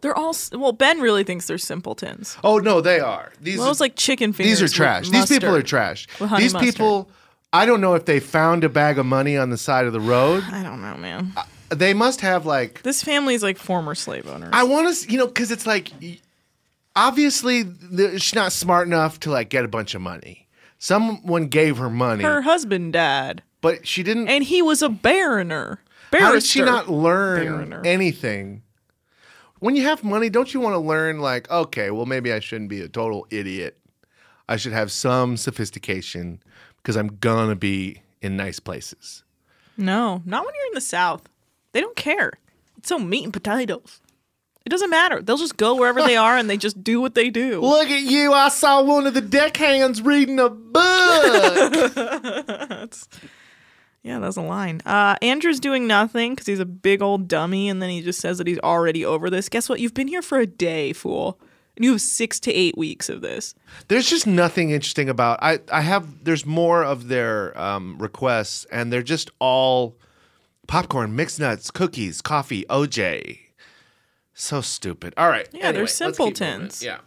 S2: They're all s- well. Ben really thinks they're simpletons.
S5: Oh no, they are. These
S2: Those like chicken fingers.
S5: these are
S2: with
S5: trash. These people
S2: mustard.
S5: are trash.
S2: With honey
S5: These
S2: mustard.
S5: people I don't know if they found a bag of money on the side of the road. Uh,
S2: I don't know, man.
S5: They must have like
S2: this family's like former slave owners.
S5: I want to, you know, because it's like y- obviously the, she's not smart enough to like get a bunch of money. Someone gave her money.
S2: Her husband died,
S5: but she didn't.
S2: And he was a baroner. Barrister.
S5: How did she not learn anything? When you have money, don't you want to learn like, okay, well maybe I shouldn't be a total idiot. I should have some sophistication because I'm gonna be in nice places.
S2: No, not when you're in the South. They don't care. It's so meat and potatoes. It doesn't matter. They'll just go wherever they are and they just do what they do.
S5: Look at you. I saw one of the deckhands reading a book.
S2: Yeah, that was a line. Uh, Andrew's doing nothing because he's a big old dummy, and then he just says that he's already over this. Guess what? You've been here for a day, fool. And you have six to eight weeks of this.
S5: There's just nothing interesting about I I have there's more of their um, requests and they're just all popcorn, mixed nuts, cookies, coffee, OJ. So stupid. All right.
S2: Yeah, they're
S5: anyway, let's keep moving.
S2: simpletons.
S5: Yeah.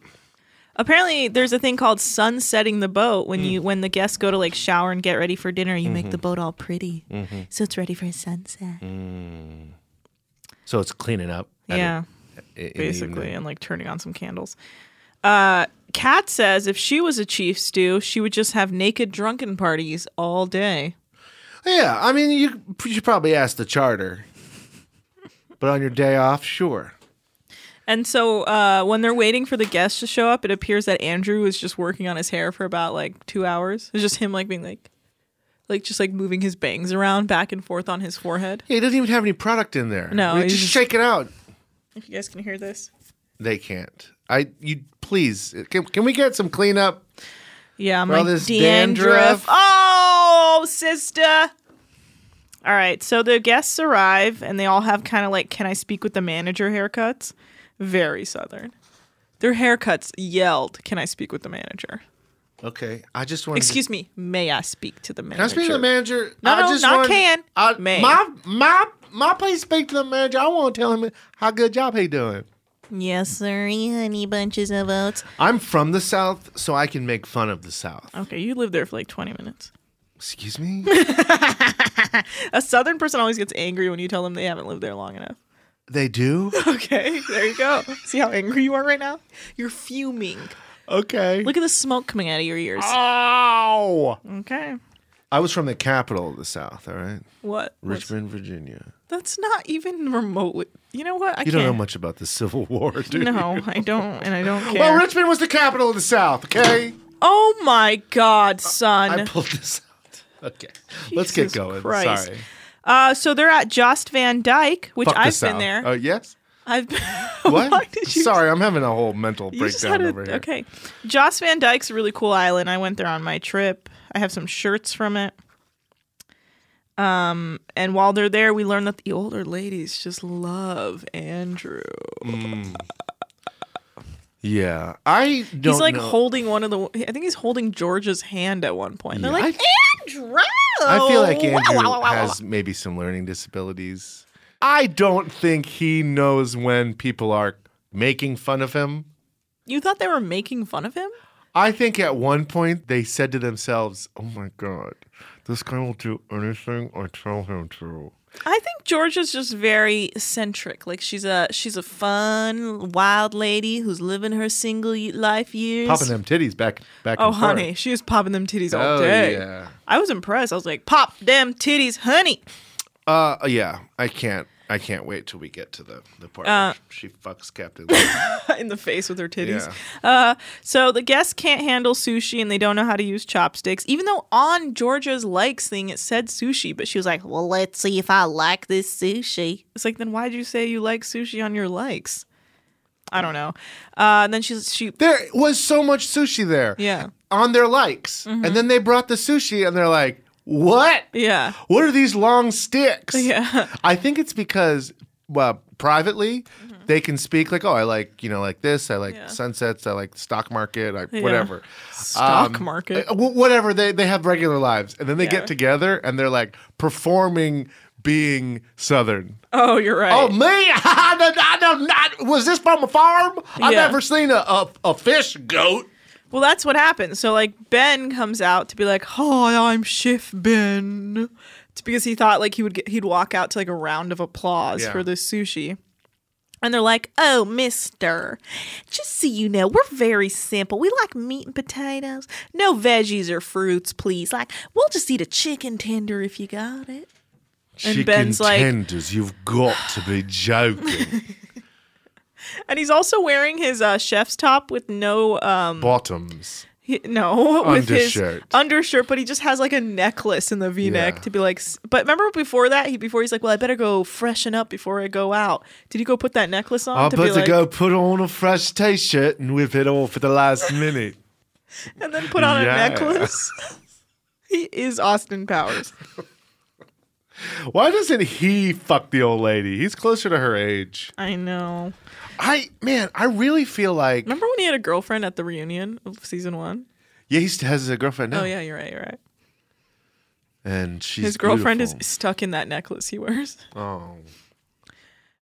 S2: Apparently, there's a thing called sunsetting the boat. When
S5: Mm.
S2: you when the guests go to like shower and get ready for dinner, you make
S5: Mhm.
S2: the boat all pretty,
S5: Mhm.
S2: so it's ready for a sunset.
S5: Mm. So it's cleaning up. at
S2: Yeah.
S5: a- in the
S2: basically,
S5: evening.
S2: and like turning on some candles. Uh, Kat says if she was a chief stew, she would just have naked drunken parties all day.
S5: Oh, Yeah, I mean, you you should probably ask the charter. But on your day off, sure.
S2: And so uh, when they're waiting for the guests to show up, it appears that Andrew was just working on his hair for about like two hours. It's just him like being like, like just like moving his bangs around back and forth on his forehead.
S5: Yeah, he doesn't even have any product in there.
S2: No,
S5: We
S2: he's
S5: just,
S2: just-
S5: shake it out.
S2: If you guys can hear this,
S5: They can't. I you please can, can we get some cleanup?
S2: yeah, I'm
S5: For all
S2: like
S5: this dandruff.
S2: dandruff. Oh, sister. All right, so the guests arrive and they all have kind of like, can I speak with the manager haircuts? Very southern. Their haircuts yelled, "Can I speak with the manager?"
S5: Okay, I just want.
S2: Excuse me, may I speak to the manager?
S5: Can I speak to the manager?
S2: No,
S5: I
S2: no,
S5: just
S2: not
S5: want-
S2: can.
S5: I,
S2: May.
S5: My my my please speak to the manager. I want to tell him how good job he doing.
S2: Yes, sir, honey bunches of oats.
S5: I'm from the South, so I can make fun of the South.
S2: Okay, you lived there for like 20 minutes.
S5: Excuse me.
S2: A southern person always gets angry when you tell them they haven't lived there long enough.
S5: They do.
S2: Okay, there you go. See how angry you are right now? You're fuming.
S5: Okay.
S2: Look at the smoke coming out of your ears.
S5: Ow!
S2: Okay.
S5: I was from the capital of the South. All right,
S2: What?
S5: Richmond, Virginia.
S2: That's not even remotely. You know what? I
S5: you don't know
S2: can't.
S5: much about the Civil War, do you?
S2: No, I don't, and I don't care.
S5: Well, Richmond was the capital of the South. Okay.
S2: oh my God, son.
S5: I pulled this out. Okay. Let's get
S2: Jesus
S5: going.
S2: Christ.
S5: Sorry.
S2: uh, so they're at Jost Van Dyke, which
S5: Fuck the
S2: I've
S5: South.
S2: been there.
S5: Oh, yes?
S2: I've been. Why
S5: What?
S2: did you
S5: Sorry, I'm having a whole mental
S2: You just
S5: breakdown
S2: had a-
S5: over here.
S2: Okay. Joss Van Dyke's a really cool island. I went there on my trip. I have some shirts from it. Um, and while they're there, we learn that the older ladies just love Andrew.
S5: Mm. Yeah. I don't
S2: he's like
S5: know.
S2: holding one of the. I think he's holding George's hand at one point. They're
S5: Yeah,
S2: like Andrew.
S5: I feel like
S2: Wow,
S5: Andrew
S2: wow, wow, wow,
S5: has maybe some learning disabilities. I don't think he knows when people are making fun of him.
S2: You thought they were making fun of him?
S5: I think at one point they said to themselves, "Oh my god, this guy will do anything I tell him to."
S2: I think George is just very eccentric. Like she's a she's a fun, wild lady who's living her single y- life years.
S5: Popping them titties back, back.
S2: oh,
S5: and forth.
S2: honey, she was popping them titties all
S5: Oh,
S2: day.
S5: yeah.
S2: I was impressed. I was like, pop them titties, honey.
S5: Uh, yeah, I can't. I can't wait till we get to the the part where
S2: Uh,
S5: she fucks Captain.
S2: In the face with her titties. Uh, so the guests can't handle sushi and they don't know how to use chopsticks. Even though on Georgia's likes thing it said sushi, but she was like, well, let's see if I like this sushi. It's like, then why'd you say you like sushi on your likes? I don't know. Uh, and then she's she
S5: there was so much sushi there.
S2: Yeah. Mm-hmm.
S5: on their likes, and then they brought the sushi, and they're like, "What?
S2: Yeah.
S5: What are these long sticks?"
S2: Yeah.
S5: I think it's because, well, privately,
S2: Mm-hmm.
S5: they can speak like, "Oh, I like you know like this. I like sunsets. I like the stock market. I
S2: Yeah.
S5: whatever."
S2: Stock
S5: Um,
S2: market.
S5: uh, wh- Whatever they they have regular lives, and then they
S2: Yeah.
S5: get together and they're like performing being southern.
S2: Oh, you're right.
S5: Oh me, I don't, I don't, not, was this from a farm? I've
S2: Yeah.
S5: never seen a, a, a fish goat.
S2: Well, that's what happens. So like Ben comes out to be like, "Hi, I'm Chef Ben," it's because he thought like he would get, he'd walk out to like a round of applause
S4: Yeah.
S2: for the sushi. And they're like, oh, mister, just so you know, we're very simple. We like meat and potatoes. No veggies or fruits, please. Like, we'll just eat a chicken tender if you got it.
S5: Chicken tenders, you've got to be joking.
S2: and he's also wearing his uh, chef's top with no um
S5: Bottoms.
S2: he- no with his
S5: Undershirt.
S2: undershirt, but he just has like a necklace in the V neck to be like. s- But remember before that, he before he's like, well, I better go freshen up before I go out. Did he go put that necklace on
S5: I
S2: to be
S5: better
S2: like,
S5: go put on a fresh t-shirt and whip it off at the last minute.
S2: and then put on
S5: Yeah.
S2: a necklace? he is Austin Powers.
S5: Why doesn't he fuck the old lady? He's closer to her age.
S2: I know.
S5: I man, I really feel like
S2: remember when he had a girlfriend at the reunion of season one.
S5: Yeah, he still has a girlfriend now.
S2: Oh yeah, you're right. You're right.
S5: And she's
S2: His girlfriend is stuck in that necklace he wears.
S5: beautiful. Oh.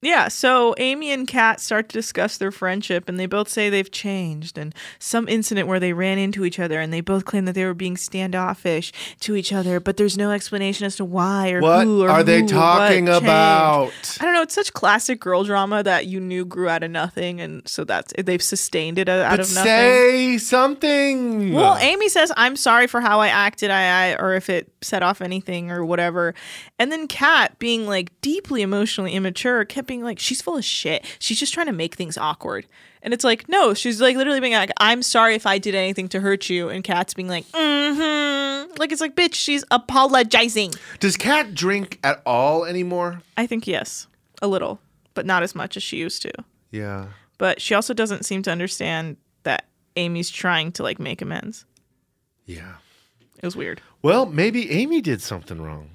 S2: Yeah, so Amy and Kat start to discuss their friendship, and they both say they've changed, and some incident where they ran into each other, and they both claim that they were being standoffish to each other, but there's no explanation as to why or
S5: What
S2: who or
S5: are they
S2: who or
S5: talking
S2: what changed.
S5: about?
S2: I don't know. It's such classic girl drama that you knew grew out of nothing, and so that's they've sustained it out
S5: But
S2: of nothing.
S5: say something.
S2: Well, Amy says, I'm sorry for how I acted, I, I or if it set off anything or whatever. And then Kat, being like deeply emotionally immature, kept being like, She's full of shit. She's just trying to make things awkward. And it's like, no, she's like literally being like, I'm sorry if I did anything to hurt you. And Kat's being like, mm-hmm. Like it's like, bitch, she's apologizing.
S5: Does Kat drink at all anymore?
S2: I think yes. A little, but not as much as she used to.
S5: Yeah.
S2: But she also doesn't seem to understand that Amy's trying to like make amends.
S5: Yeah.
S2: It was weird.
S5: Well, maybe Amy did something wrong.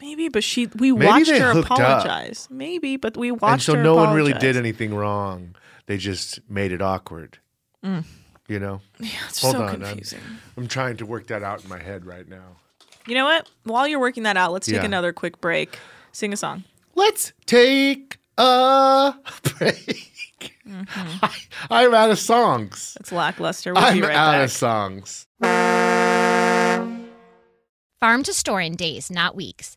S2: Maybe, but she we
S5: Maybe
S2: watched
S5: they
S2: her
S5: hooked up.
S2: apologize. Maybe, but we watched
S5: and so
S2: her
S5: no one really
S2: apologize.
S5: did anything wrong. They just made it awkward.
S2: Mm.
S5: You know?
S2: Yeah, it's
S5: Hold
S2: so
S5: on. I'm-
S2: confusing.
S5: I'm trying to work that out in my head right now.
S2: You know what? While you're working that out, let's take
S5: Yeah.
S2: another quick break. Sing a song.
S5: Let's take a break. I'm out of songs.
S2: Mm. It's lackluster. We'll
S5: I'm
S2: be right
S5: out
S2: back.
S5: of songs.
S8: Farm to store in days, not weeks.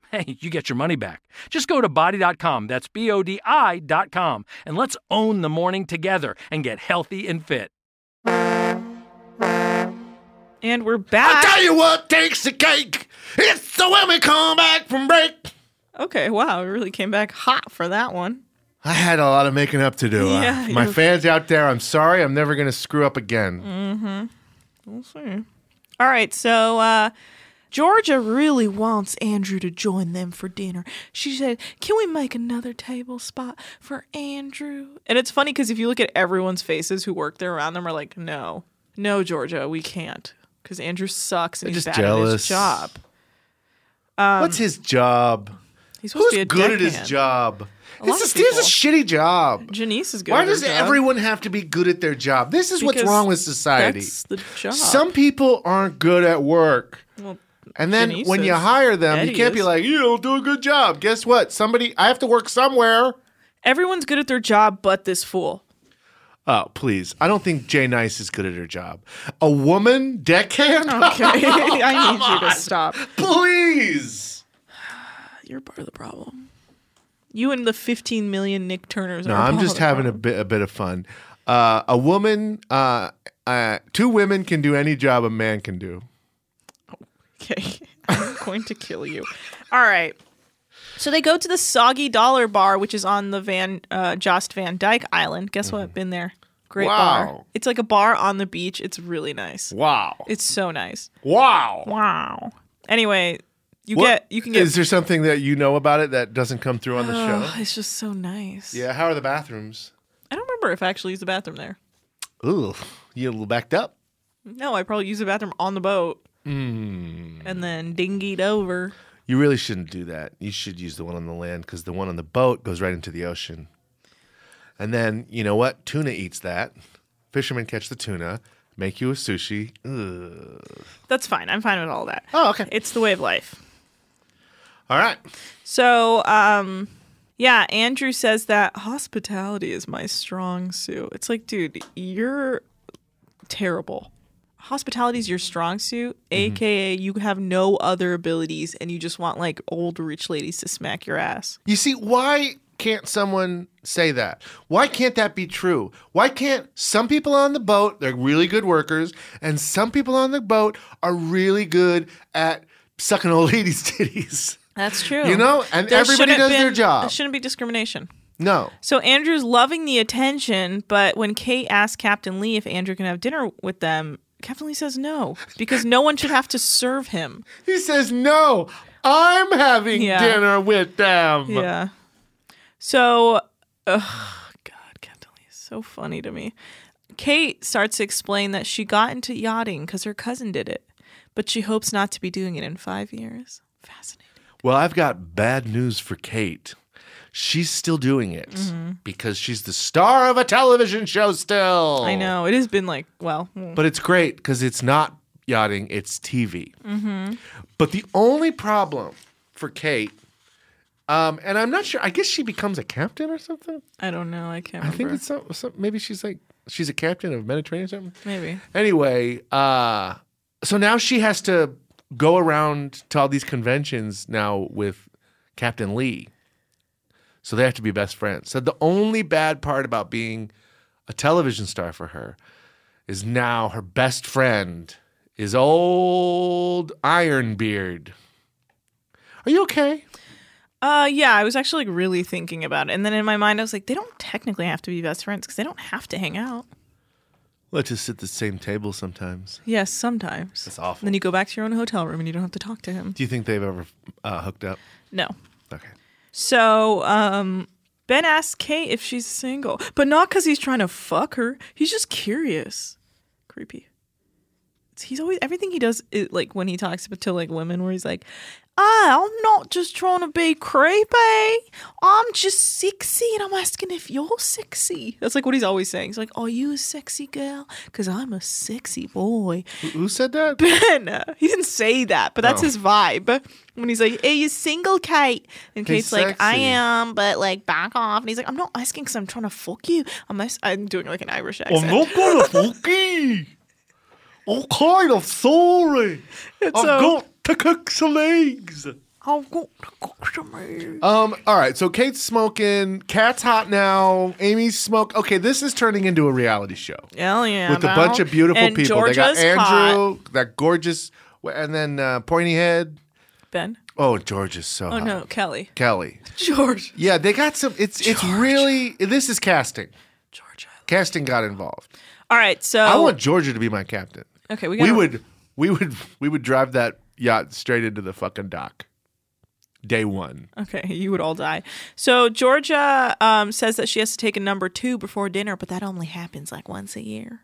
S7: hey, you get your money back. Just go to body.com, that's B O D I.com, and let's own the morning together and get healthy and fit.
S2: And we're back.
S3: I tell you what takes the cake. It's the when we come back from break.
S2: Okay, wow, we really came back hot for that one.
S5: I had a lot of making up to do. Uh,
S2: Yeah,
S5: my
S2: you-
S5: fans out there, I'm sorry. I'm never going to screw up again.
S2: Mm-hmm. We'll see. All right, so uh, Georgia really wants Andrew to join them for dinner. She said, "Can we make another table spot for Andrew?" And it's funny because if you look at everyone's faces who work there around them, are like, "No, no, Georgia, we can't," because Andrew sucks and
S5: They're
S2: he's
S5: just
S2: bad at his
S5: jealous.
S2: job. Um,
S5: What's his job?
S2: He's supposed
S5: Who's
S2: to be a
S5: good at his
S2: deckhand.
S5: job?
S2: A lot
S5: This is,
S2: of
S5: this is a
S2: people.
S5: shitty job.
S2: Janice is good.
S5: Why
S2: at her
S5: does
S2: job.
S5: everyone have to be good at their job? This is what's
S2: Because
S5: wrong with society.
S2: that's the job.
S5: Some people aren't good at work.
S2: Well,
S5: and then
S2: Janice
S5: when you
S2: is.
S5: hire them,
S2: Eddie
S5: you can't be
S2: is.
S5: like, you don't do a good job. Guess what? Somebody, I have to work somewhere.
S2: Everyone's good at their job, but this fool.
S5: Oh, please. I don't think Jay Nice is good at her job. A woman deckhand?
S2: Okay, I need you to stop.
S5: Please.
S2: You're part of the problem. You and the 15 million Nick Turners.
S5: No,
S2: are
S5: I'm
S2: part
S5: just
S2: of the
S5: having a bit, a bit of fun. Uh, a woman, uh, uh, two women can do any job a man can do.
S2: Okay, I'm going to kill you. All right. So they go to the Soggy Dollar Bar, which is on the Van uh, Jost Van Dyke Island. Guess what? Been there. Great bar.
S5: Mm-hmm. Wow.
S2: It's like a bar on the beach. It's really nice.
S5: Wow.
S2: It's so nice.
S5: Wow.
S2: Wow. Anyway, you
S5: What-
S2: get you can get.
S5: Is there something that you know about it that doesn't come through on the
S2: Oh,
S5: show?
S2: It's just so nice.
S5: Yeah. How are the bathrooms?
S2: I don't remember if I actually used the bathroom there.
S5: Ooh, you a little backed up.
S2: No, I probably used the bathroom on the boat
S5: Mm.
S2: and then dinghied over.
S5: You really shouldn't do that. You should use the one on the land because the one on the boat goes right into the ocean. And then you know what? Tuna eats that. Fishermen catch the tuna, make you a sushi. Ugh.
S2: That's fine. I'm fine with all that. Oh, okay. It's the way of life.
S5: All right.
S2: So, um, yeah, Andrew says that hospitality is my strong suit. It's like, dude, you're terrible. Hospitality is your strong suit,
S5: Mm-hmm.
S2: aka you have no other abilities and you just want like old rich ladies to smack your ass.
S5: You see, why can't someone say that? Why can't that be true? Why can't some people on the boat, they're really good workers, and some people on the boat are really good at sucking old ladies' titties?
S2: That's true.
S5: You know, and everybody
S2: shouldn't
S5: does their
S2: been-
S5: job.
S2: There shouldn't be discrimination.
S5: No.
S2: So Andrew's loving the attention, but when Kate asks Captain Lee if Andrew can have dinner with them, Captain Lee says no because no one should have to serve him.
S5: He says no. I'm having
S2: Yeah.
S5: dinner with them.
S2: Yeah. So, ugh, God, Captain Lee is so funny to me. Kate starts to explain that she got into yachting because her cousin did it, but she hopes not to be doing it in five years.
S5: Well, I've got bad news for Kate. She's still doing it
S2: Mhm.
S5: because she's the star of a television show still.
S2: I know it has been like well, mm-hmm.
S5: But it's great because it's not yachting, it's TV.
S2: hmm
S5: But the only problem for Kate, um, and I'm not sure, I guess she becomes a captain or something.
S2: I don't know. I can't.
S5: I
S2: Remember.
S5: think it's some, some, maybe she's like, she's a captain of Mediterranean or something.
S2: maybe.
S5: Anyway, uh, so now she has to go around to all these conventions now with Captain Lee. So they have to be best friends. So the only bad part about being a television star for her is now her best friend is old Ironbeard. Are you okay?
S2: Uh, yeah, I was actually like really thinking about it, and then in my mind I was like, they don't technically have to be best friends because they don't have to hang out.
S5: Let's just sit at the same table sometimes.
S2: Yes, sometimes.
S5: That's awful.
S2: Then you go back to your own hotel room and you don't have to talk to him.
S5: Do you think they've ever uh, hooked up?
S2: No.
S5: Okay.
S2: So, um, Ben asks Kate if she's single, but not because he's trying to fuck her. He's just curious. Creepy. It's- He's always everything he does is like when he talks to like women, where he's like, "Ah, "I'm not just trying to be creepy. I'm just sexy, and I'm asking if you're Oh, sexy." That's like what he's always saying. He's like, "Are you a sexy girl? Because I'm a sexy boy."
S5: Who said that?
S2: Ben. He didn't say that, but that's
S5: Oh.
S2: his vibe. When he's like, "Hey, you single, Kate?" And
S5: Hey,
S2: Kate's like, "I
S5: sexy.
S2: am, but like, back off." And he's like, "I'm not asking because I'm trying to fuck you. I'm as- I'm doing like an Irish accent."
S5: I'm not gonna fucking. I'm kind of sorry. I've
S2: so-
S5: got to cook some eggs.
S2: I'll go to customer.
S5: Um. All right. So Kate's smoking. Cat's hot now. Amy's smoke. Okay. This is turning into a reality show.
S2: Hell yeah.
S5: With a
S2: now.
S5: bunch of beautiful
S2: And
S5: people.
S2: Georgia's
S5: they got
S2: hot.
S5: Andrew, that gorgeous, and then uh, pointy head.
S2: Ben.
S5: Oh, George is so.
S2: Oh
S5: hot.
S2: no, Kelly.
S5: Kelly.
S2: George.
S5: Yeah, they got some. It's it's really this is casting. Georgia. Casting got involved.
S2: All right, so
S5: I want Georgia to be my captain.
S2: Okay, we
S5: we,
S2: gotta-
S5: would we would we would drive that yacht straight into the fucking dock. Day one.
S2: Okay, you would all die. So Georgia um, says that she has to take a number two before dinner, but that only happens like once a year.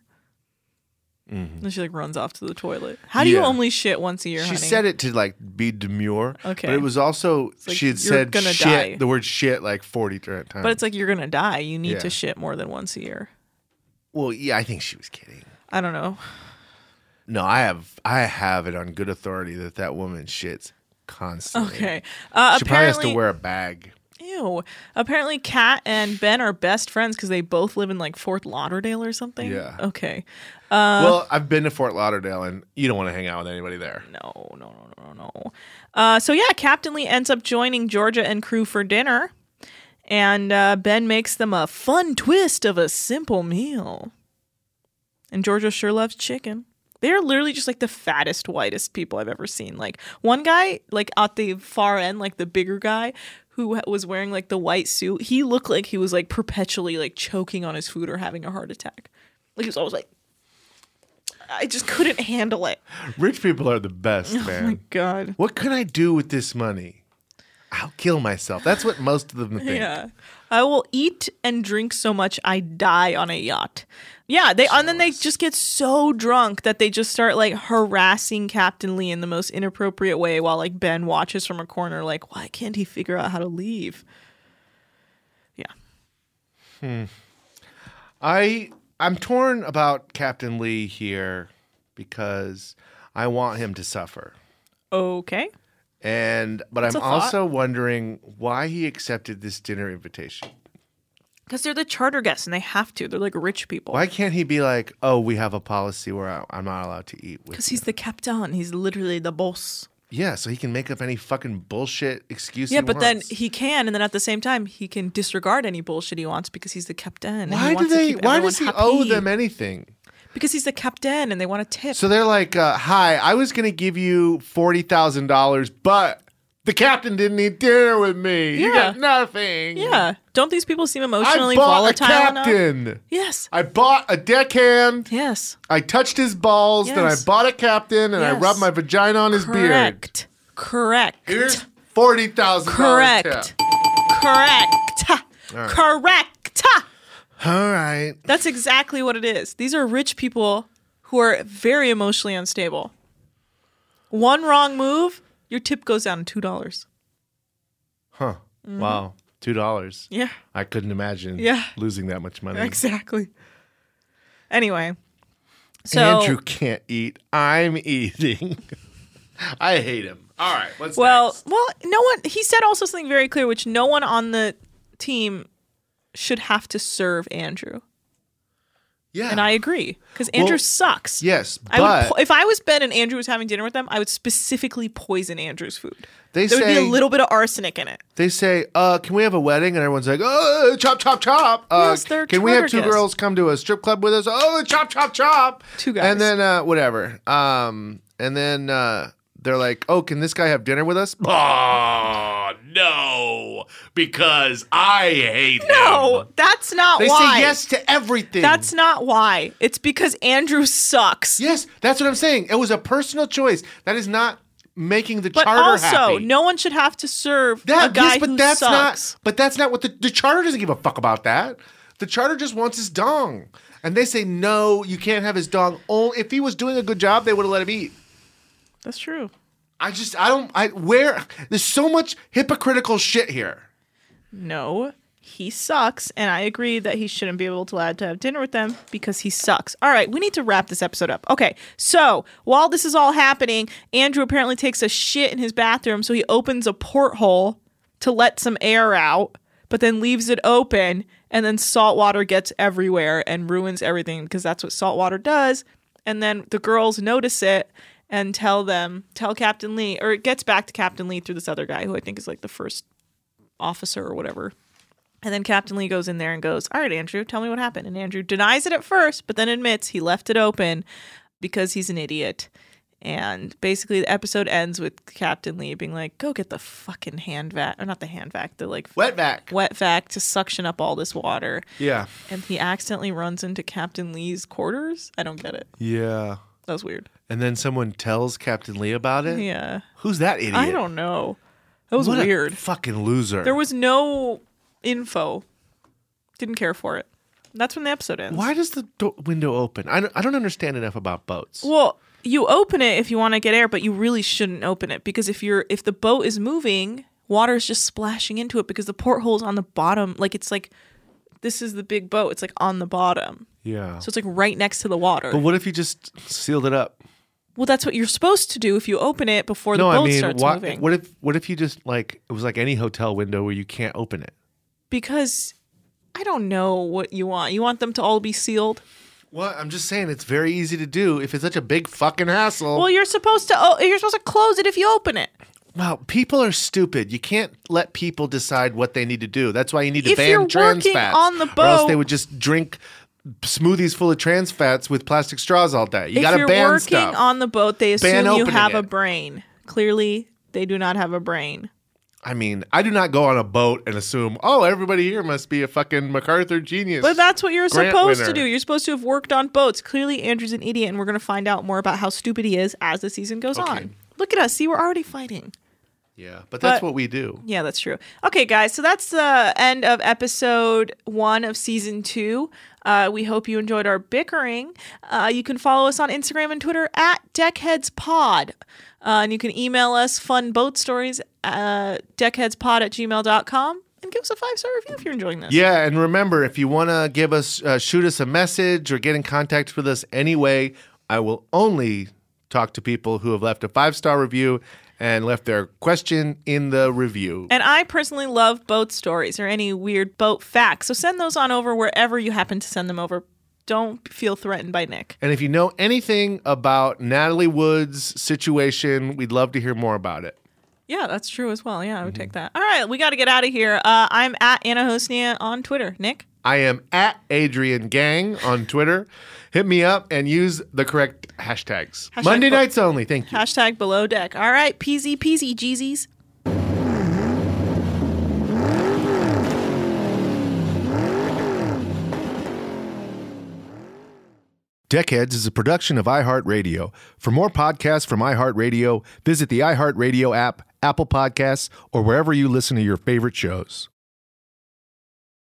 S2: And she like runs off to the toilet. Mm-hmm. How do you
S5: Yeah.
S2: only shit once a year?
S5: She
S2: honey?
S5: said it to like be demure.
S2: Okay.
S5: But it was also
S2: like,
S5: she had
S2: you're
S5: said
S2: gonna
S5: shit
S2: die.
S5: the word shit like forty times.
S2: but it's like you're gonna die. You need
S5: uh, Yeah.
S2: to shit more than once a year.
S5: well, yeah, I think she was kidding.
S2: I don't know.
S5: No, I have I have it on good authority that that woman shits constantly.
S2: Okay. Uh,
S5: she probably has to
S2: apparently-
S5: wear a bag.
S2: Ew. Apparently, Kat and Ben are best friends because they both live in like Fort Lauderdale or something.
S5: Yeah.
S2: Okay.
S5: well,
S2: Uh,
S5: I've been to Fort Lauderdale, and you don't want to hang out with anybody there.
S2: No, no, no, no, no. uh, so yeah, Captain Lee ends up joining Georgia and crew for dinner, and uh, Ben makes them a fun twist of a simple meal. And Georgia sure loves chicken. They are literally just like the fattest, whitest people I've ever seen. Like one guy, like at the far end, like the bigger guy who ha- was wearing like the white suit, he looked like he was like perpetually like choking on his food or having a heart attack. Like he was always like, I just couldn't handle it.
S5: Rich people are the best, man.
S2: Oh God.
S5: What can I do with this money? I'll kill myself. That's what most of them think.
S2: Yeah. I will eat and drink so much I die on a yacht. Yeah, they and then they just get so drunk that they just start like harassing Captain Lee in the most inappropriate way while like Ben watches from a corner like why can't he figure out how to leave?
S5: Hmm. I I'm torn about Captain Lee here because I want him to suffer.
S2: Okay.
S5: And but
S2: That's
S5: I'm
S2: a thought.
S5: also wondering why he accepted this dinner invitation.
S2: Cuz they're the charter guests and they have to. They're like rich people.
S5: Why can't he be like, "Oh, we have a policy where I, I'm not allowed to eat with
S2: Cuz he's the captain. He's literally the boss.
S5: Yeah, so he can make up any fucking bullshit excuse.
S2: yeah,
S5: he
S2: but then
S5: wants.
S2: he can, and then at the same time, he can disregard any bullshit he wants because he's the captain. and he
S5: why do
S2: wants to
S5: they?
S2: keep
S5: Why
S2: everyone
S5: does he owe
S2: happy.
S5: them anything?
S2: Because he's the captain, and they want a tip.
S5: So they're like, uh, "Hi, I was gonna give you forty thousand dollars, but the captain didn't eat dinner with me. You got nothing.
S2: Yeah. Don't these people seem
S5: I
S2: emotionally
S5: bought a
S2: volatile enough?
S5: captain.
S2: Yes.
S5: I bought a deckhand.
S2: Yes.
S5: I touched his balls. Then I
S2: Yes.
S5: bought a captain, and I
S2: Yes.
S5: rubbed my vagina on his
S2: Correct. Correct.
S5: beard. Here's forty thousand.
S2: Correct. Correct.
S5: All right.
S2: Correct.
S5: All right.
S2: That's exactly what it is. These are rich people who are very emotionally unstable. One wrong move, your tip goes down to $2.
S5: Huh.
S2: Mhm.
S5: Wow. Two dollars.
S2: Yeah.
S5: I couldn't imagine.
S2: Yeah.
S5: Losing that much money.
S2: Exactly. Anyway. So
S5: Andrew can't eat. I'm eating. I hate him. All right. What's
S2: well, well, no one. He said also something very clear, which no one on the team should have to serve Andrew.
S5: Yeah,
S2: and I agree because
S5: Well,
S2: Andrew sucks.
S5: Yes,
S2: I would,
S5: but
S2: po- if I was Ben and Andrew was having dinner with them, I would specifically poison Andrew's food.
S5: They
S2: there would be
S5: say-
S2: a little bit of arsenic in it.
S5: they say, uh, "Can we have a wedding?" And everyone's like, "Oh, chop, chop, chop!" Uh,
S2: Yes, they're
S5: can we have
S2: charter
S5: two
S2: guests.
S5: girls come to a strip club with us? Oh, chop, chop, chop!
S2: Two
S5: guys, and then uh, whatever. Um, and then uh, they're like, "Oh, can this guy have dinner with us?" Oh no, because I hate
S2: No, that's not
S5: They say
S2: why.
S5: yes to everything.
S2: That's not why. It's because Andrew sucks.
S5: Yes, that's what I'm saying. It was a personal choice. That is not making the
S2: But
S5: charter
S2: also,
S5: happy.
S2: no one should have to serve
S5: That-
S2: a guy
S5: yes, but
S2: who
S5: that's
S2: sucks.
S5: not. But that's not what the, the charter doesn't give a fuck about. That the charter just wants his dong, and they say no, you can't have his dong. Only if he was doing a good job, they would have let him eat.
S2: That's true.
S5: I just I don't I where there's so much hypocritical shit here.
S2: No, he sucks, and I agree that he shouldn't be able to allowed to have dinner with them because he sucks. All right, we need to wrap this episode up. Okay, so while this is all happening, Andrew apparently takes a shit in his bathroom, so he opens a porthole to let some air out, but then leaves it open, and then salt water gets everywhere and ruins everything because that's what salt water does. And then the girls notice it, and tell them, tell Captain Lee, or it gets back to Captain Lee through this other guy who I think is like the first officer or whatever. And then Captain Lee goes in there and goes, All right, Andrew, tell me what happened. And Andrew denies it at first, but then admits he left it open because he's an idiot. And basically, the episode ends with Captain Lee being like, Go get the fucking hand vac, or not the hand vac, the like
S5: wet vac,
S2: wet vac to suction up all this water.
S5: Yeah.
S2: And he accidentally runs into Captain Lee's quarters. I don't get it.
S5: Yeah.
S2: That was weird.
S5: And then someone tells Captain Lee about it.
S2: Yeah.
S5: Who's that idiot?
S2: I don't know. That was
S5: What a
S2: weird.
S5: fucking loser.
S2: There was no info. Didn't care for it. That's when the episode ends.
S5: Why does the do- window open? I don't, I don't understand enough about boats.
S2: Well, you open it if you want to get air, but you really shouldn't open it because if you're if the boat is moving, water is just splashing into it because the porthole's on the bottom. Like it's like this is the big boat. It's like on the bottom.
S5: Yeah.
S2: So it's like right next to the water.
S5: But what if you just sealed it up?
S2: well, that's what you're supposed to do if you open it before the
S5: no,
S2: boat
S5: I mean,
S2: starts
S5: why-
S2: moving.
S5: what if what if you just like it was like any hotel window where you can't open it?
S2: because I don't know what you want. You want them to all be sealed?
S5: Well, I'm just saying it's very easy to do if it's such a big fucking hassle.
S2: Well, you're supposed to. Oh, you're supposed to close it if you open it.
S5: Wow, people are stupid. You can't let people decide what they need to do. That's why you need to
S2: If
S5: ban
S2: you're
S5: trans
S2: working
S5: fats.
S2: on the
S5: or else
S2: boat-
S5: they would just drink smoothies full of trans fats with plastic straws all day. You
S2: if
S5: got to
S2: you're
S5: ban
S2: working
S5: stuff.
S2: on the boat, they assume
S5: Ban
S2: you
S5: opening
S2: have a
S5: it.
S2: brain. Clearly, they do not have a brain.
S5: I mean, I do not go on a boat and assume, oh, everybody here must be a fucking MacArthur genius.
S2: But that's what you're
S5: Grant
S2: supposed
S5: winner.
S2: to do. You're supposed to have worked on boats. Clearly, Andrew's an idiot, and we're going to find out more about how stupid he is as the season goes on. Look at us. See, we're already fighting.
S5: yeah, but that's
S2: But-
S5: what we do.
S2: Yeah, that's true. Okay, guys, so that's the end of episode one of season two. Uh, we hope you enjoyed our bickering. Uh, you can follow us on Instagram and Twitter at DeckheadsPod. Uh, and you can email us fun boat stories at deckheadspod at gmail.com and give us a five star review if you're enjoying this.
S5: Yeah, and remember, if you want to give us, uh, shoot us a message or get in contact with us anyway, I will only talk to people who have left a five star review and left their question in the review.
S2: And I personally love boat stories or any weird boat facts. So send those on over wherever you happen to send them over. Don't feel threatened by Nick.
S5: And if you know anything about Natalie Wood's situation, we'd love to hear more about it.
S2: Yeah, that's true as well. Yeah, I would take that. All right, we got to get out of here. Uh, I'm at Anna Hosnia on Twitter. Nick?
S5: I am at Adrian Gang on Twitter. Hit me up and use the correct hashtags.
S2: Hashtag
S5: Monday
S2: bo-
S5: nights only. Thank you.
S2: Hashtag below deck. All right, peasy peasy Jeezies.
S5: Deckheads is a production of iHeartRadio. For more podcasts from iHeartRadio, visit the iHeartRadio app, Apple Podcasts, or wherever you listen to your favorite shows.